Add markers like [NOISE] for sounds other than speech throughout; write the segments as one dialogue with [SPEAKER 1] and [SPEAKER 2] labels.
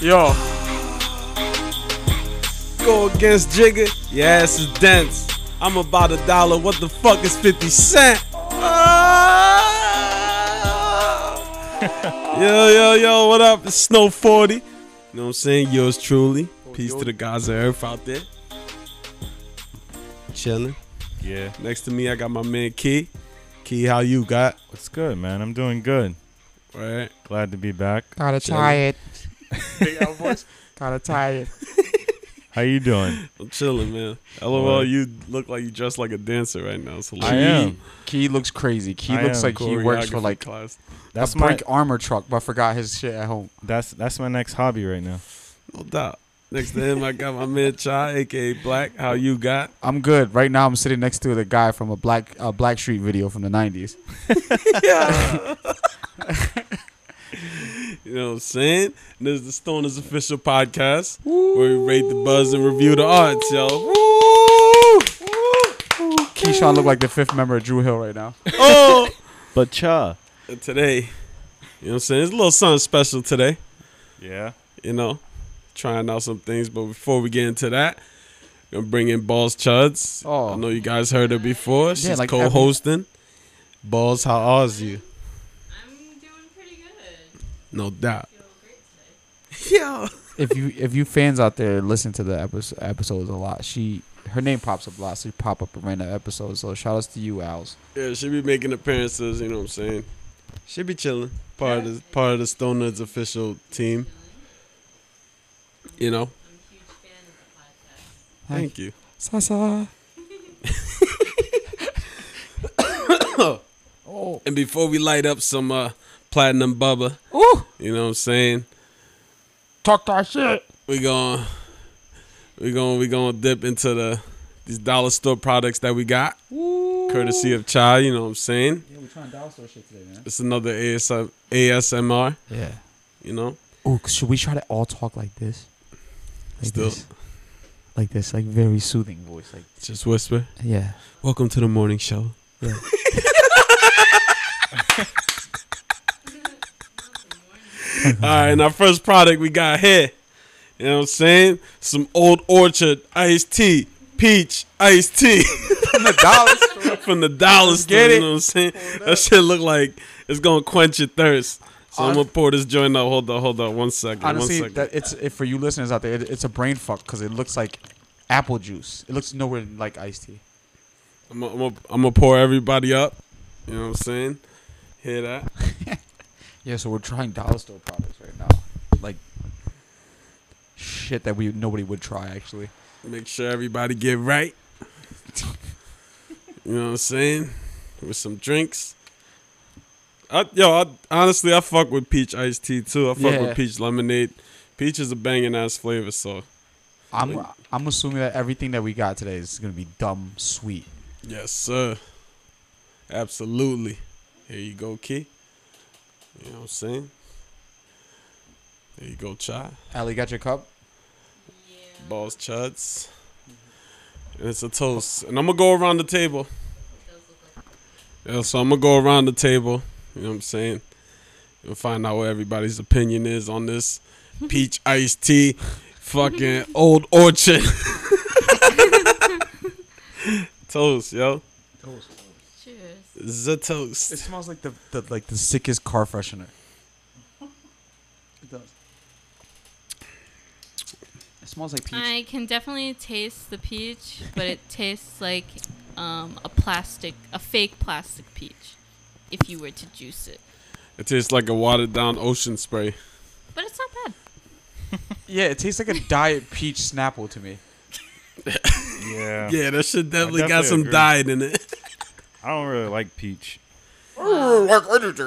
[SPEAKER 1] Yo,
[SPEAKER 2] Go against Jigga. Yes, it's dense. I'm about a dollar. What the fuck is
[SPEAKER 3] [LAUGHS]
[SPEAKER 2] 50 cent? Ah. yo, yo, yo, what up? It's Snow 40. You know what I'm saying? Yours truly. Peace to the gods of earth out there. Chilling.
[SPEAKER 4] Yeah.
[SPEAKER 2] Next to me, I got my man Key. Key, how you got?
[SPEAKER 4] What's good, man? I'm doing good.
[SPEAKER 2] Right.
[SPEAKER 4] Glad to be back.
[SPEAKER 3] Gotta tie [LAUGHS] it. Gotta tie it.
[SPEAKER 4] How you [LAUGHS] doing?
[SPEAKER 2] I'm chilling, man. LOL, you look like you dressed like a dancer right now. So
[SPEAKER 4] I am.
[SPEAKER 3] Key looks crazy. Key
[SPEAKER 4] I
[SPEAKER 3] looks
[SPEAKER 4] am
[SPEAKER 3] like he works for
[SPEAKER 2] choreography
[SPEAKER 3] like
[SPEAKER 2] class.
[SPEAKER 4] That's
[SPEAKER 3] a brick
[SPEAKER 4] my
[SPEAKER 3] armor truck, but forgot his shit at home.
[SPEAKER 4] that's that's my next hobby right now.
[SPEAKER 2] No doubt. Next to him, I got my man Chai, aka Black. How you got?
[SPEAKER 3] I'm good. Right now, I'm sitting next to the guy from a black a Black Street video from the '90s.
[SPEAKER 2] [LAUGHS] You know what I'm saying? And this is the Stoners Official Podcast, where we rate the buzz and review the arts, yo.
[SPEAKER 3] Keyshawn look like the fifth member of Drew Hill right
[SPEAKER 4] [LAUGHS]
[SPEAKER 3] now.
[SPEAKER 2] Oh!
[SPEAKER 4] But cha.
[SPEAKER 2] and today, you know what I'm saying? It's a little something special today.
[SPEAKER 4] Yeah.
[SPEAKER 2] you know, trying out some things. But before we get into that, gonna bring in Balls Chuds.
[SPEAKER 3] Oh.
[SPEAKER 2] I know you guys heard her before. She's
[SPEAKER 3] like every-
[SPEAKER 2] co-hosting. Balls, how are you?
[SPEAKER 5] I'm doing pretty good.
[SPEAKER 2] No doubt.
[SPEAKER 5] Feel great today.
[SPEAKER 2] Yeah.
[SPEAKER 3] If you if you fans out there listen to the episode, episodes a lot, she her name pops up a lot. So you pop up in random episodes. So shout outs to you, Al's.
[SPEAKER 2] Yeah, she be making appearances. You know what I'm saying? She be chilling. Part of the, part of the Stoner's official team. You know.
[SPEAKER 5] I'm a huge fan of the podcast.
[SPEAKER 2] Thank you.
[SPEAKER 3] Sasa.
[SPEAKER 2] And before we light up some uh, platinum bubba,
[SPEAKER 3] Ooh,
[SPEAKER 2] you know what I'm saying?
[SPEAKER 3] talk that shit.
[SPEAKER 2] we going we going we going to dip into the these dollar store products that we got courtesy of chai you know what i'm saying
[SPEAKER 3] Yeah, we're trying dollar store shit today, man.
[SPEAKER 2] it's another ASM, asmr
[SPEAKER 3] Yeah.
[SPEAKER 2] you know
[SPEAKER 3] Ooh, should we try to all talk like this? Like
[SPEAKER 2] Still.
[SPEAKER 3] this. Like this, like very soothing voice. Like [LAUGHS]
[SPEAKER 2] just whisper
[SPEAKER 3] yeah.
[SPEAKER 2] welcome to the morning show
[SPEAKER 3] [LAUGHS] Yeah.
[SPEAKER 2] all right and our first product we got here you know what i'm saying some old orchard iced tea peach iced tea [LAUGHS]
[SPEAKER 3] the dollars.
[SPEAKER 2] from the dollar store.
[SPEAKER 3] get
[SPEAKER 2] You
[SPEAKER 3] it.
[SPEAKER 2] know what I'm saying? That shit look like it's gonna quench your thirst. So I'm gonna pour this joint out. Hold on, hold on, one second.
[SPEAKER 3] Honestly,
[SPEAKER 2] one second.
[SPEAKER 3] that it's it, for you listeners out there. It, it's a brain fuck because it looks like apple juice. It looks nowhere like iced tea.
[SPEAKER 2] I'm gonna- I'm gonna I'm gonna pour everybody up. You know what I'm saying? Hear that?
[SPEAKER 3] Yeah, so we're trying dollar store products right now, like shit that we nobody would try actually.
[SPEAKER 2] Make sure everybody get right. You know what I'm saying? With some drinks. I, yo, I, honestly, I fuck with peach iced tea too. I fuck
[SPEAKER 3] Yeah.
[SPEAKER 2] with peach lemonade. Peach is a banging ass flavor, so
[SPEAKER 3] I'm I'm assuming that everything that we got today is gonna be dumb sweet.
[SPEAKER 2] Yes, sir. Absolutely. Here you go, Key. You know what I'm saying? There you go, Chai.
[SPEAKER 3] Allie, got your cup?
[SPEAKER 5] Yeah,
[SPEAKER 2] Balls, Chuds. And it's a toast. And I'm going to go around the table.
[SPEAKER 5] it does look like
[SPEAKER 2] Yeah, so I'm going to go around the table. You know what I'm saying? And find out what everybody's opinion is on this peach iced tea, fucking old orchard. [LAUGHS] toast, yo.
[SPEAKER 5] cheers.
[SPEAKER 2] It's a toast.
[SPEAKER 3] It smells like the, the like the sickest car freshener. It does. It smells like peach.
[SPEAKER 5] I can definitely taste the peach,
[SPEAKER 4] [LAUGHS]
[SPEAKER 5] but it tastes like um, a plastic, a fake plastic peach, if you were to juice it.
[SPEAKER 2] It tastes like a watered down ocean spray.
[SPEAKER 5] But it's not bad.
[SPEAKER 3] Yeah, it tastes like a [LAUGHS] diet peach Snapple to me.
[SPEAKER 4] Yeah.
[SPEAKER 2] Yeah, that shit definitely, got
[SPEAKER 4] definitely
[SPEAKER 2] some
[SPEAKER 4] agree.
[SPEAKER 2] diet in it.
[SPEAKER 4] I don't really like peach.
[SPEAKER 2] You don't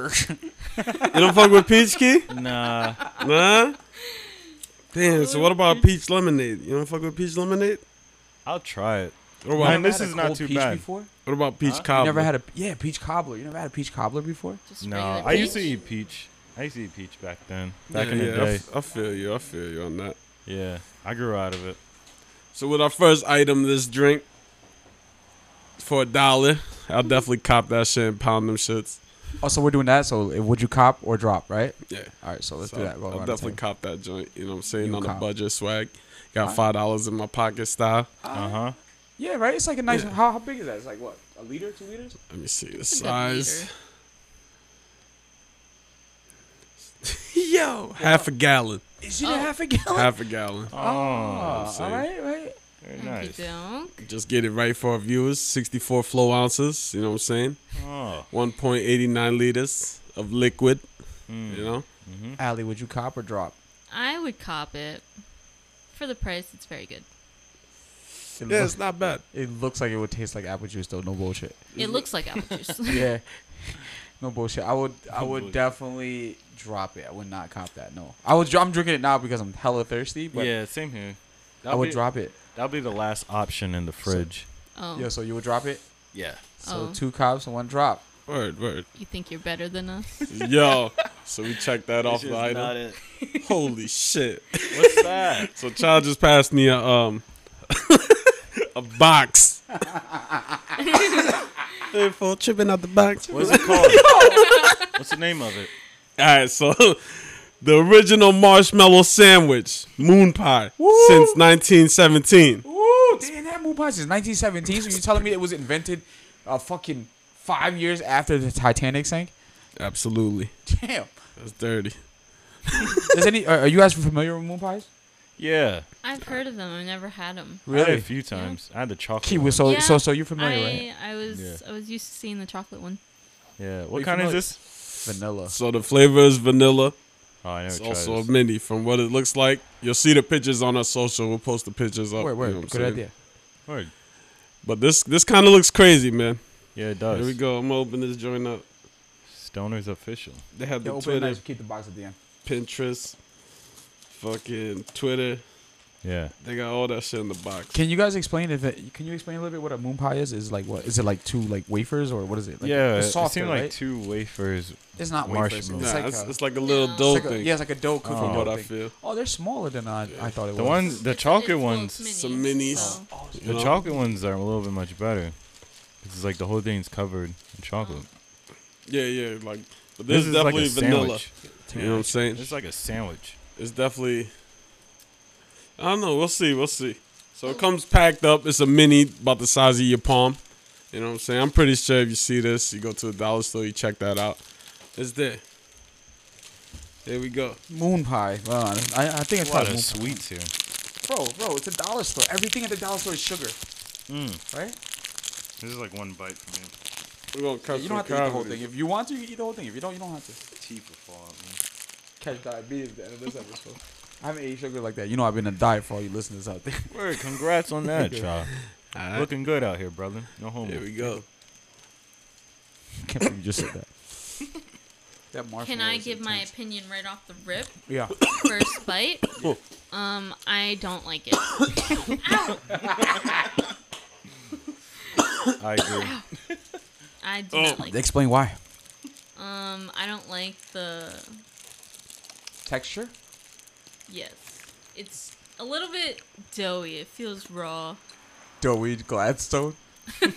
[SPEAKER 2] fuck with peach key?
[SPEAKER 4] Nah.
[SPEAKER 2] Nah. Damn, so what about peach lemonade? You don't fuck with peach lemonade?
[SPEAKER 4] [LAUGHS] I'll try it.
[SPEAKER 2] What
[SPEAKER 4] Mine
[SPEAKER 2] about,
[SPEAKER 4] is- this not
[SPEAKER 3] cold
[SPEAKER 4] too
[SPEAKER 3] peach
[SPEAKER 4] bad.
[SPEAKER 3] Before?
[SPEAKER 2] what about peach
[SPEAKER 3] You
[SPEAKER 2] cobbler?
[SPEAKER 3] never had a yeah peach cobbler. You never had a peach cobbler before?
[SPEAKER 5] Just
[SPEAKER 4] No.
[SPEAKER 5] regular
[SPEAKER 4] I used to
[SPEAKER 5] peach.
[SPEAKER 4] eat peach. I used to eat peach back then. Back
[SPEAKER 2] Yeah,
[SPEAKER 4] in the
[SPEAKER 2] yeah, I
[SPEAKER 4] day.
[SPEAKER 2] f- I feel you. I feel you on that.
[SPEAKER 4] yeah. I grew out of it.
[SPEAKER 2] So with our first item, this drink for a dollar, I'll definitely cop that shit and pound them shits.
[SPEAKER 3] Oh, so we're doing that. So eh, would you cop or drop, right?
[SPEAKER 2] Yeah.
[SPEAKER 3] All right, so let's
[SPEAKER 2] So
[SPEAKER 3] do that. Go
[SPEAKER 2] I'll
[SPEAKER 3] around the
[SPEAKER 2] definitely
[SPEAKER 3] table.
[SPEAKER 2] cop that joint. You know what I'm saying?
[SPEAKER 3] You
[SPEAKER 2] On
[SPEAKER 3] cop.
[SPEAKER 2] a budget swag. Got
[SPEAKER 3] Alright.
[SPEAKER 2] five dollars in my pocket style.
[SPEAKER 5] Ah.
[SPEAKER 4] Uh huh.
[SPEAKER 3] Yeah, right. It's like a nice.
[SPEAKER 2] Yeah.
[SPEAKER 3] How, how big is that? It's like what? A liter, two liters?
[SPEAKER 2] Let me see the
[SPEAKER 5] It's a good
[SPEAKER 2] size.
[SPEAKER 5] leader.
[SPEAKER 2] Yo, half a gallon.
[SPEAKER 3] Is it
[SPEAKER 5] Oh.
[SPEAKER 3] a half a gallon?
[SPEAKER 2] Half a gallon.
[SPEAKER 4] Oh,
[SPEAKER 3] oh, all
[SPEAKER 2] see.
[SPEAKER 3] right, right.
[SPEAKER 4] very
[SPEAKER 5] Ah. Thank
[SPEAKER 4] nice.
[SPEAKER 5] you, Dunk.
[SPEAKER 2] Just get it right for our viewers. 64 flow ounces. You know what I'm saying?
[SPEAKER 4] Oh,
[SPEAKER 2] 1.89 liters of liquid. You know.
[SPEAKER 4] mm-hmm.
[SPEAKER 3] Allie, would you cop or drop?
[SPEAKER 5] I would cop it. For the price, it's very good.
[SPEAKER 3] It
[SPEAKER 2] Yeah,
[SPEAKER 3] looks,
[SPEAKER 2] it's not bad.
[SPEAKER 3] it looks like it would taste like apple juice though. No
[SPEAKER 2] [LAUGHS]
[SPEAKER 3] bullshit.
[SPEAKER 5] It looks like apple
[SPEAKER 4] [LAUGHS]
[SPEAKER 5] juice. [LAUGHS]
[SPEAKER 3] yeah. No bullshit. I would I
[SPEAKER 4] No
[SPEAKER 3] would
[SPEAKER 4] bullshit.
[SPEAKER 3] definitely drop it. I would not cop that. No. I would dr- I'm drinking it now because I'm hella thirsty, but
[SPEAKER 4] yeah, same here.
[SPEAKER 3] I would
[SPEAKER 4] be,
[SPEAKER 3] drop it.
[SPEAKER 4] That'll be the last option in the fridge.
[SPEAKER 5] Oh,
[SPEAKER 3] Yeah, so you would drop it?
[SPEAKER 4] yeah.
[SPEAKER 3] So
[SPEAKER 5] Oh.
[SPEAKER 3] two cops and one drop.
[SPEAKER 2] Word, word.
[SPEAKER 5] you think you're better
[SPEAKER 4] [LAUGHS]
[SPEAKER 5] than us?
[SPEAKER 2] Yo. So we checked that off the item.
[SPEAKER 4] it.
[SPEAKER 2] Holy shit.
[SPEAKER 4] What's
[SPEAKER 5] [LAUGHS]
[SPEAKER 4] that?
[SPEAKER 2] So child just passed me a um [LAUGHS] a box. hey, fool, tripping out the box.
[SPEAKER 4] What's
[SPEAKER 2] [LAUGHS]
[SPEAKER 4] it called? What's the name of it?
[SPEAKER 2] All right, so [LAUGHS] the original marshmallow sandwich, moon pie,
[SPEAKER 3] Woo!
[SPEAKER 2] since 1917.
[SPEAKER 3] Ooh, damn that moon pie is 1917. So you telling me it was invented uh fucking five years after the Titanic sank?
[SPEAKER 2] Absolutely,
[SPEAKER 3] Damn.
[SPEAKER 2] that's dirty.
[SPEAKER 3] Is any are, are you guys familiar with moon pies?
[SPEAKER 4] Yeah.
[SPEAKER 5] I've heard of them. I never had them.
[SPEAKER 4] I had it a few times. I had the chocolate.
[SPEAKER 3] Key
[SPEAKER 4] one.
[SPEAKER 3] was so
[SPEAKER 5] Yeah,
[SPEAKER 3] so so you're
[SPEAKER 5] I
[SPEAKER 3] familiar, right?
[SPEAKER 5] I was
[SPEAKER 4] Yeah.
[SPEAKER 5] I was used to seeing the chocolate one.
[SPEAKER 4] Yeah.
[SPEAKER 3] Are
[SPEAKER 4] What
[SPEAKER 3] you
[SPEAKER 4] kind
[SPEAKER 3] familiar?
[SPEAKER 4] is this?
[SPEAKER 3] Vanilla.
[SPEAKER 2] So the flavor is vanilla.
[SPEAKER 4] Oh, I never
[SPEAKER 2] It's
[SPEAKER 4] tried
[SPEAKER 2] also
[SPEAKER 4] this.
[SPEAKER 2] a mini. From what it looks like, you'll see the pictures on our social. We'll post the pictures up.
[SPEAKER 3] Word,
[SPEAKER 2] you
[SPEAKER 3] word.
[SPEAKER 2] know what I'm
[SPEAKER 3] Good
[SPEAKER 2] saying?
[SPEAKER 3] idea.
[SPEAKER 4] Word.
[SPEAKER 2] But this this kind of looks crazy, man.
[SPEAKER 4] Yeah, it does.
[SPEAKER 2] Here we go. I'm gonna open this joint up.
[SPEAKER 4] Stoner's official.
[SPEAKER 2] They have
[SPEAKER 3] Yeah,
[SPEAKER 2] the
[SPEAKER 3] open it
[SPEAKER 2] Twitter,
[SPEAKER 3] nice. Keep the box at the end.
[SPEAKER 2] Pinterest, fucking Twitter.
[SPEAKER 4] Yeah.
[SPEAKER 2] They got all that shit in the box.
[SPEAKER 3] Can you guys explain if it, can you explain a little bit what a moon pie is? Is like what is it like two like wafers or what is it? Like
[SPEAKER 4] yeah.
[SPEAKER 3] it's
[SPEAKER 4] it
[SPEAKER 3] softer,
[SPEAKER 4] seemed like
[SPEAKER 3] right?
[SPEAKER 4] two wafers.
[SPEAKER 3] it's not wafers.
[SPEAKER 4] marshmallows.
[SPEAKER 3] It's
[SPEAKER 2] nah,
[SPEAKER 3] like
[SPEAKER 2] it's,
[SPEAKER 3] a,
[SPEAKER 2] it's like a little
[SPEAKER 5] No.
[SPEAKER 2] dough
[SPEAKER 3] it's like a-
[SPEAKER 2] thing.
[SPEAKER 3] yeah, it's like a dough cookie.
[SPEAKER 2] from
[SPEAKER 4] Oh.
[SPEAKER 3] dough
[SPEAKER 2] what I
[SPEAKER 3] thing.
[SPEAKER 2] feel.
[SPEAKER 3] Oh, they're smaller than I, I thought it
[SPEAKER 4] The
[SPEAKER 3] was.
[SPEAKER 4] one, the chocolate ones,
[SPEAKER 2] Some minis.
[SPEAKER 5] so-
[SPEAKER 3] Oh,
[SPEAKER 2] You
[SPEAKER 4] the
[SPEAKER 2] know?
[SPEAKER 4] chocolate ones are a little bit much better. 'Cause It's like the whole thing's covered in chocolate.
[SPEAKER 2] Yeah, yeah, like but this, is definitely vanilla.
[SPEAKER 4] sandwich.
[SPEAKER 2] You know what I'm saying?
[SPEAKER 4] It's like a sandwich.
[SPEAKER 2] It's definitely. I don't know. We'll see. We'll see. So it comes packed up. It's a mini, about the size of your palm. You know what I'm saying? I'm pretty sure if you see this, you go to the dollar store, you check that out. It's there. There we go.
[SPEAKER 3] moon pie. Well, I, I think it's
[SPEAKER 4] What
[SPEAKER 3] called
[SPEAKER 4] a
[SPEAKER 3] moon
[SPEAKER 4] sweets here.
[SPEAKER 3] pie. Bro, bro, it's a dollar store. Everything at the dollar store is sugar,
[SPEAKER 4] Mm.
[SPEAKER 3] right?
[SPEAKER 4] This is like one bite for me.
[SPEAKER 2] We're gonna cut
[SPEAKER 3] you don't have to eat the whole thing. If you want to, you eat the whole thing. If you don't, you don't have to.
[SPEAKER 4] Teeth will fall out. Man.
[SPEAKER 3] Catch diabetes at the end of this episode. I haven't ate sugar like that. You know, I've been a diet for all you listeners out there. [LAUGHS]
[SPEAKER 4] Word, congrats
[SPEAKER 2] [LAUGHS]
[SPEAKER 4] on that, child.
[SPEAKER 2] Alright,
[SPEAKER 4] Looking good out here, brother.
[SPEAKER 2] There
[SPEAKER 4] No homo.
[SPEAKER 2] we go.
[SPEAKER 3] Can't believe you just said that. [LAUGHS] that marshmallow.
[SPEAKER 5] Can I
[SPEAKER 3] is
[SPEAKER 5] give my
[SPEAKER 3] intense.
[SPEAKER 5] opinion right off the rip?
[SPEAKER 3] Yeah.
[SPEAKER 5] First bite. Um, I don't like it.
[SPEAKER 4] I agree.
[SPEAKER 2] [COUGHS]
[SPEAKER 5] I do not [COUGHS] like. It.
[SPEAKER 3] Explain why.
[SPEAKER 5] Um, I don't like the
[SPEAKER 3] Texture.
[SPEAKER 5] yes. It's a little bit doughy. It feels raw,
[SPEAKER 3] Doughy Gladstone.
[SPEAKER 5] and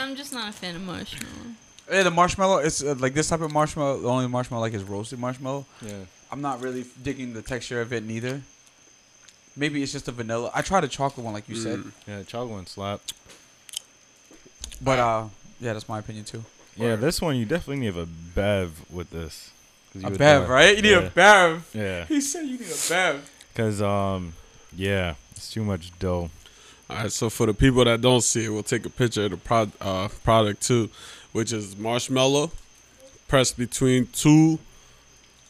[SPEAKER 5] I'm just not a fan of marshmallow.
[SPEAKER 3] Yeah, the marshmallow. It's uh, like this type of marshmallow. The only marshmallow I like is roasted marshmallow.
[SPEAKER 4] Yeah.
[SPEAKER 3] I'm not really digging the texture of it neither. Maybe it's just the vanilla. I tried a chocolate one, like you
[SPEAKER 2] Mm.
[SPEAKER 3] said,
[SPEAKER 4] Yeah, chocolate one slap.
[SPEAKER 3] but uh, yeah, that's my opinion too.
[SPEAKER 4] Yeah, this one you definitely need a bev with this. 'Cause you
[SPEAKER 3] A
[SPEAKER 4] would
[SPEAKER 3] bev,
[SPEAKER 4] die.
[SPEAKER 3] right? You need
[SPEAKER 4] Yeah.
[SPEAKER 3] a bev.
[SPEAKER 4] Yeah,
[SPEAKER 3] He said you need a bev.
[SPEAKER 4] cause um, yeah, it's too much dough.
[SPEAKER 2] All right, so for the people that don't see it, we'll take a picture of the pro- uh, product too, which is marshmallow pressed between two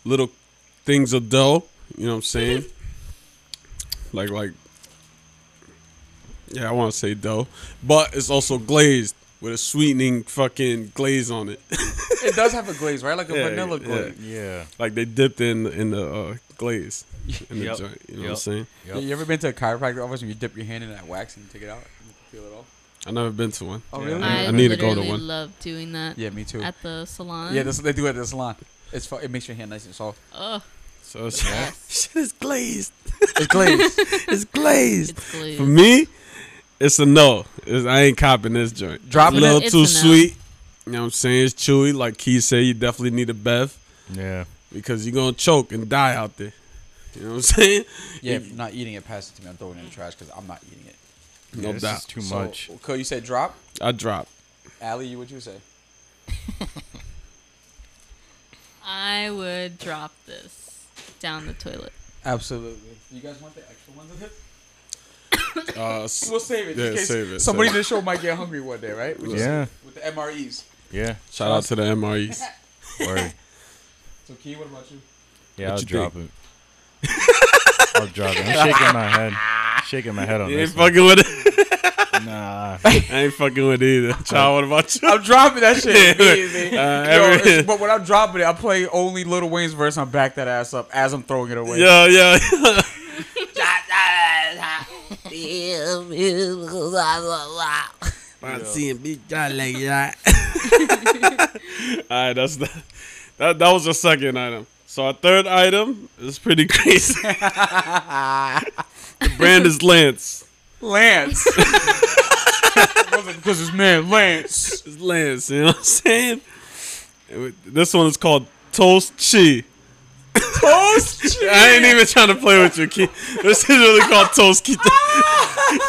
[SPEAKER 2] little things of dough. You know what I'm saying? like, like, yeah, I want to say dough, but it's also glazed with a sweetening fucking glaze on it. [LAUGHS]
[SPEAKER 3] it does have a glaze, right? Like a
[SPEAKER 2] Yeah,
[SPEAKER 3] vanilla
[SPEAKER 2] yeah.
[SPEAKER 3] glaze.
[SPEAKER 4] Yeah.
[SPEAKER 2] like they dipped in in the uh, glaze in the
[SPEAKER 4] Yep,
[SPEAKER 2] joint. You know what I'm
[SPEAKER 4] yep.
[SPEAKER 2] saying?
[SPEAKER 4] Yep.
[SPEAKER 3] You- You ever been to a chiropractor office and you dip your hand in that wax and you take it out? and You feel it all?
[SPEAKER 2] I never been to one.
[SPEAKER 3] Oh
[SPEAKER 4] Yeah.
[SPEAKER 3] really?
[SPEAKER 5] I,
[SPEAKER 2] Mm, I need to go to
[SPEAKER 5] literally
[SPEAKER 2] one.
[SPEAKER 5] love doing that
[SPEAKER 3] yeah, me too.
[SPEAKER 5] at the salon.
[SPEAKER 3] Yeah, that's what they do at the salon. It's fu- it makes your hand nice and soft.
[SPEAKER 5] Ugh,
[SPEAKER 2] So it's,
[SPEAKER 5] yes.
[SPEAKER 2] [LAUGHS] shit is glazed.
[SPEAKER 3] It's glazed.
[SPEAKER 2] [LAUGHS] It's glazed.
[SPEAKER 5] It's glue.
[SPEAKER 2] For me, it's a no. It's, I ain't copping this joint.
[SPEAKER 3] Drop
[SPEAKER 2] It's
[SPEAKER 3] it
[SPEAKER 2] a little
[SPEAKER 5] It's
[SPEAKER 2] too
[SPEAKER 5] a no.
[SPEAKER 2] sweet. You know what I'm saying? It's chewy. Like Key said, you definitely need a Bev
[SPEAKER 4] Yeah.
[SPEAKER 2] because you're going to choke and die out there. You know what I'm saying?
[SPEAKER 3] Yeah, if you're not eating it, pass it to me. I'm throwing it in the trash because I'm not eating it.
[SPEAKER 2] No
[SPEAKER 4] Yeah, this
[SPEAKER 2] doubt.
[SPEAKER 4] is too
[SPEAKER 3] So,
[SPEAKER 4] much.
[SPEAKER 3] Cole, you said drop.
[SPEAKER 2] I drop.
[SPEAKER 3] Allie, you what you say?
[SPEAKER 5] I would drop this down the toilet.
[SPEAKER 3] Absolutely. You guys want the extra ones of it?
[SPEAKER 2] Uh, s-
[SPEAKER 3] We'll save it.
[SPEAKER 2] Yeah,
[SPEAKER 3] in case
[SPEAKER 2] save it, save
[SPEAKER 3] Somebody
[SPEAKER 2] it.
[SPEAKER 3] in the show might get hungry one day, right? We just-
[SPEAKER 4] Yeah.
[SPEAKER 3] With the MREs.
[SPEAKER 4] Yeah.
[SPEAKER 2] shout out to the
[SPEAKER 4] [LAUGHS]
[SPEAKER 2] MREs.
[SPEAKER 4] Word.
[SPEAKER 2] [LAUGHS]
[SPEAKER 3] So, Key, what about you?
[SPEAKER 4] Yeah,
[SPEAKER 2] What
[SPEAKER 4] I'll
[SPEAKER 2] you
[SPEAKER 4] drop it. I'll drop it. I'm shaking my head. Shaking my head on
[SPEAKER 2] You ain't
[SPEAKER 4] this. One.
[SPEAKER 2] fucking with it. [LAUGHS]
[SPEAKER 4] Nah.
[SPEAKER 2] I ain't fucking with it either.
[SPEAKER 4] [LAUGHS]
[SPEAKER 2] Child, what about you?
[SPEAKER 3] I'm dropping that shit. immediately.
[SPEAKER 2] Uh,
[SPEAKER 3] Yo,
[SPEAKER 2] every- [LAUGHS]
[SPEAKER 3] it's- but when I'm dropping it, I play only Little Wayne's verse. and I back that ass up as I'm throwing it away.
[SPEAKER 2] Yeah, yeah. I'm seeing big John like that. All right, that's the, that. That was the second item. So our third item is pretty [LAUGHS] crazy. the brand is Lance. [LAUGHS]
[SPEAKER 3] Lance. [LAUGHS] Because his man Lance.
[SPEAKER 2] It's Lance. You know what I'm saying? And we- This one is called Toast Chi.
[SPEAKER 3] Toast.
[SPEAKER 2] [LAUGHS] I ain't even trying to play with you, kid. This is really called toast key. [LAUGHS] Check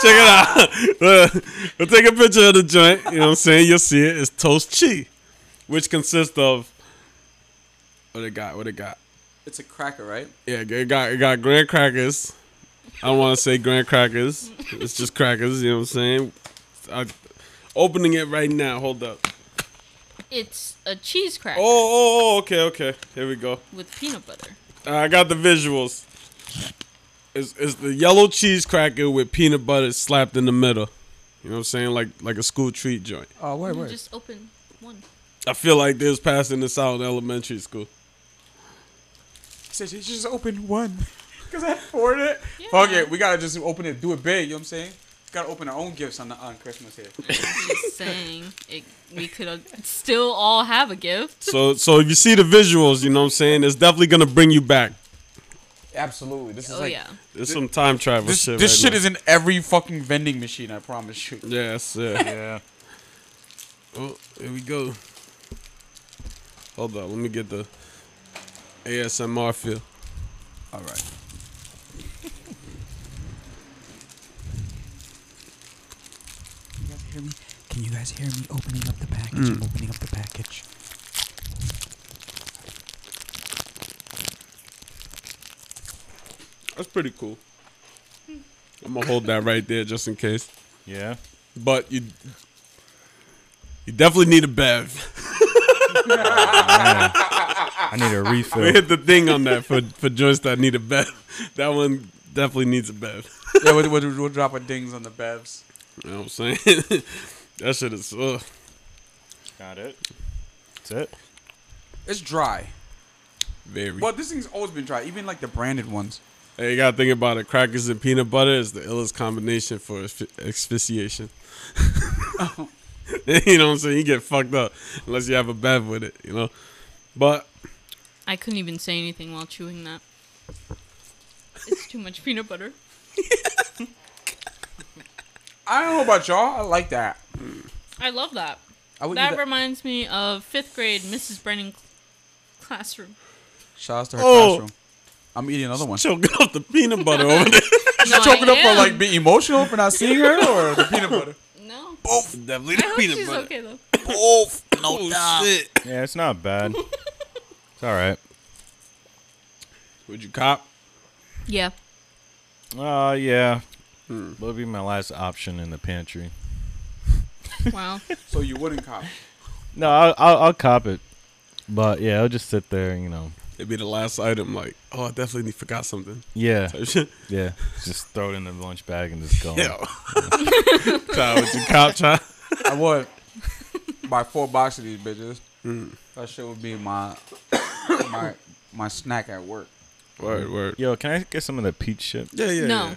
[SPEAKER 2] it out. Uh, We'll take a picture of the joint. You know what I'm saying? You'll see it. It's toast chi, which consists of what it got. What it got?
[SPEAKER 3] It's a cracker, right?
[SPEAKER 2] Yeah, it got it got graham crackers. I don't want to say graham crackers. It's just crackers. You know what I'm saying? I, opening it right now. Hold up.
[SPEAKER 5] It's a cheese cracker
[SPEAKER 2] Oh, oh, oh. Okay, okay. Here we go. Uh,
[SPEAKER 5] with peanut butter.
[SPEAKER 2] I got the visuals. It's, it's the yellow cheese cracker with peanut butter slapped in the middle. You know what I'm saying? Like like a school treat joint.
[SPEAKER 3] Oh, wait,
[SPEAKER 5] You just open one.
[SPEAKER 2] I feel like they was passing this out in elementary school.
[SPEAKER 3] He said, "You just open one. [LAUGHS] Because I had four in it. Fuck it. We got to just open it. Do it big. You know what I'm saying? Got to open our own gifts on, the, on Christmas here.
[SPEAKER 5] Just saying, it, we could uh, still all have a gift.
[SPEAKER 3] [LAUGHS]
[SPEAKER 2] So so if you see the visuals, you know what I'm saying? It's definitely gonna bring you back.
[SPEAKER 3] [LAUGHS] Absolutely. This is
[SPEAKER 5] Oh
[SPEAKER 3] like.
[SPEAKER 5] yeah,
[SPEAKER 2] There's some time travel
[SPEAKER 3] This,
[SPEAKER 2] shit.
[SPEAKER 3] this
[SPEAKER 2] right
[SPEAKER 3] shit
[SPEAKER 2] now.
[SPEAKER 3] is in every fucking vending machine, I promise you.
[SPEAKER 2] Yes,
[SPEAKER 3] [LAUGHS]
[SPEAKER 2] yeah.
[SPEAKER 4] Yeah.
[SPEAKER 2] oh, here we go. Hold up, let me get the ASMR feel.
[SPEAKER 3] All right. You guys hear me? Can you guys hear me opening up the package? I'm opening up the package.
[SPEAKER 2] That's pretty cool. I'm gonna hold that right there just in case.
[SPEAKER 4] Yeah.
[SPEAKER 2] but you you definitely need a bev. [LAUGHS]
[SPEAKER 4] I need a
[SPEAKER 2] We
[SPEAKER 4] refill.
[SPEAKER 2] hit the thing on that for for joints that need a bev. [LAUGHS] That one definitely needs a bev.
[SPEAKER 3] yeah, we'll, we'll, we'll drop our dings on the bevs.
[SPEAKER 2] You know what I'm saying? [LAUGHS] that shit is ugh.
[SPEAKER 4] Got it. That's it.
[SPEAKER 3] It's dry.
[SPEAKER 2] very.
[SPEAKER 3] But this thing's always been dry, even like the branded ones.
[SPEAKER 2] Hey, you gotta think about it. Crackers and peanut butter is the illest combination for asphy- asphyxiation. [LAUGHS] you know what I'm saying? You get fucked up unless you have a bev with it. You know, but
[SPEAKER 5] I couldn't even say anything while chewing that. It's too much peanut butter.
[SPEAKER 3] I don't know about y'all. I like that.
[SPEAKER 5] I love that.
[SPEAKER 3] I would eat
[SPEAKER 5] that,
[SPEAKER 3] that.
[SPEAKER 5] reminds me of fifth grade Mrs. Brennan cl- classroom.
[SPEAKER 3] Shout out to her
[SPEAKER 2] Oh.
[SPEAKER 3] classroom. I'm eating another one.
[SPEAKER 2] choking [LAUGHS] off the peanut butter over there.
[SPEAKER 5] No,
[SPEAKER 3] Choking
[SPEAKER 5] I
[SPEAKER 3] up for
[SPEAKER 5] am.
[SPEAKER 3] like being emotional for not seeing her or the peanut butter.
[SPEAKER 5] No.
[SPEAKER 2] definitely
[SPEAKER 5] I
[SPEAKER 2] the
[SPEAKER 5] hope
[SPEAKER 2] peanut
[SPEAKER 5] she's
[SPEAKER 2] butter.
[SPEAKER 5] okay though.
[SPEAKER 2] Oh shit!
[SPEAKER 4] Yeah, it's not bad. It's all right.
[SPEAKER 2] Would you cop?
[SPEAKER 5] Yeah.
[SPEAKER 4] Uh, yeah. That'll be my last option in the pantry.
[SPEAKER 5] Wow.
[SPEAKER 3] So you wouldn't cop.
[SPEAKER 4] No, I'll, I'll, I'll cop it. But yeah, I'll just sit there, you know.
[SPEAKER 2] It'd be the last item. Like, oh, I definitely forgot something. [LAUGHS]
[SPEAKER 4] Yeah,
[SPEAKER 2] Type shit.
[SPEAKER 4] yeah. Just throw it in the lunch bag and just go. [LAUGHS]
[SPEAKER 2] Yeah. [LAUGHS] Child, would you cop, child?
[SPEAKER 3] I would buy four boxes of these bitches.
[SPEAKER 2] mm,
[SPEAKER 3] That shit would be my my my snack at work.
[SPEAKER 2] Word, word.
[SPEAKER 4] Yo, can I get some of the peach [LAUGHS] chip?
[SPEAKER 2] Yeah, yeah.
[SPEAKER 5] no.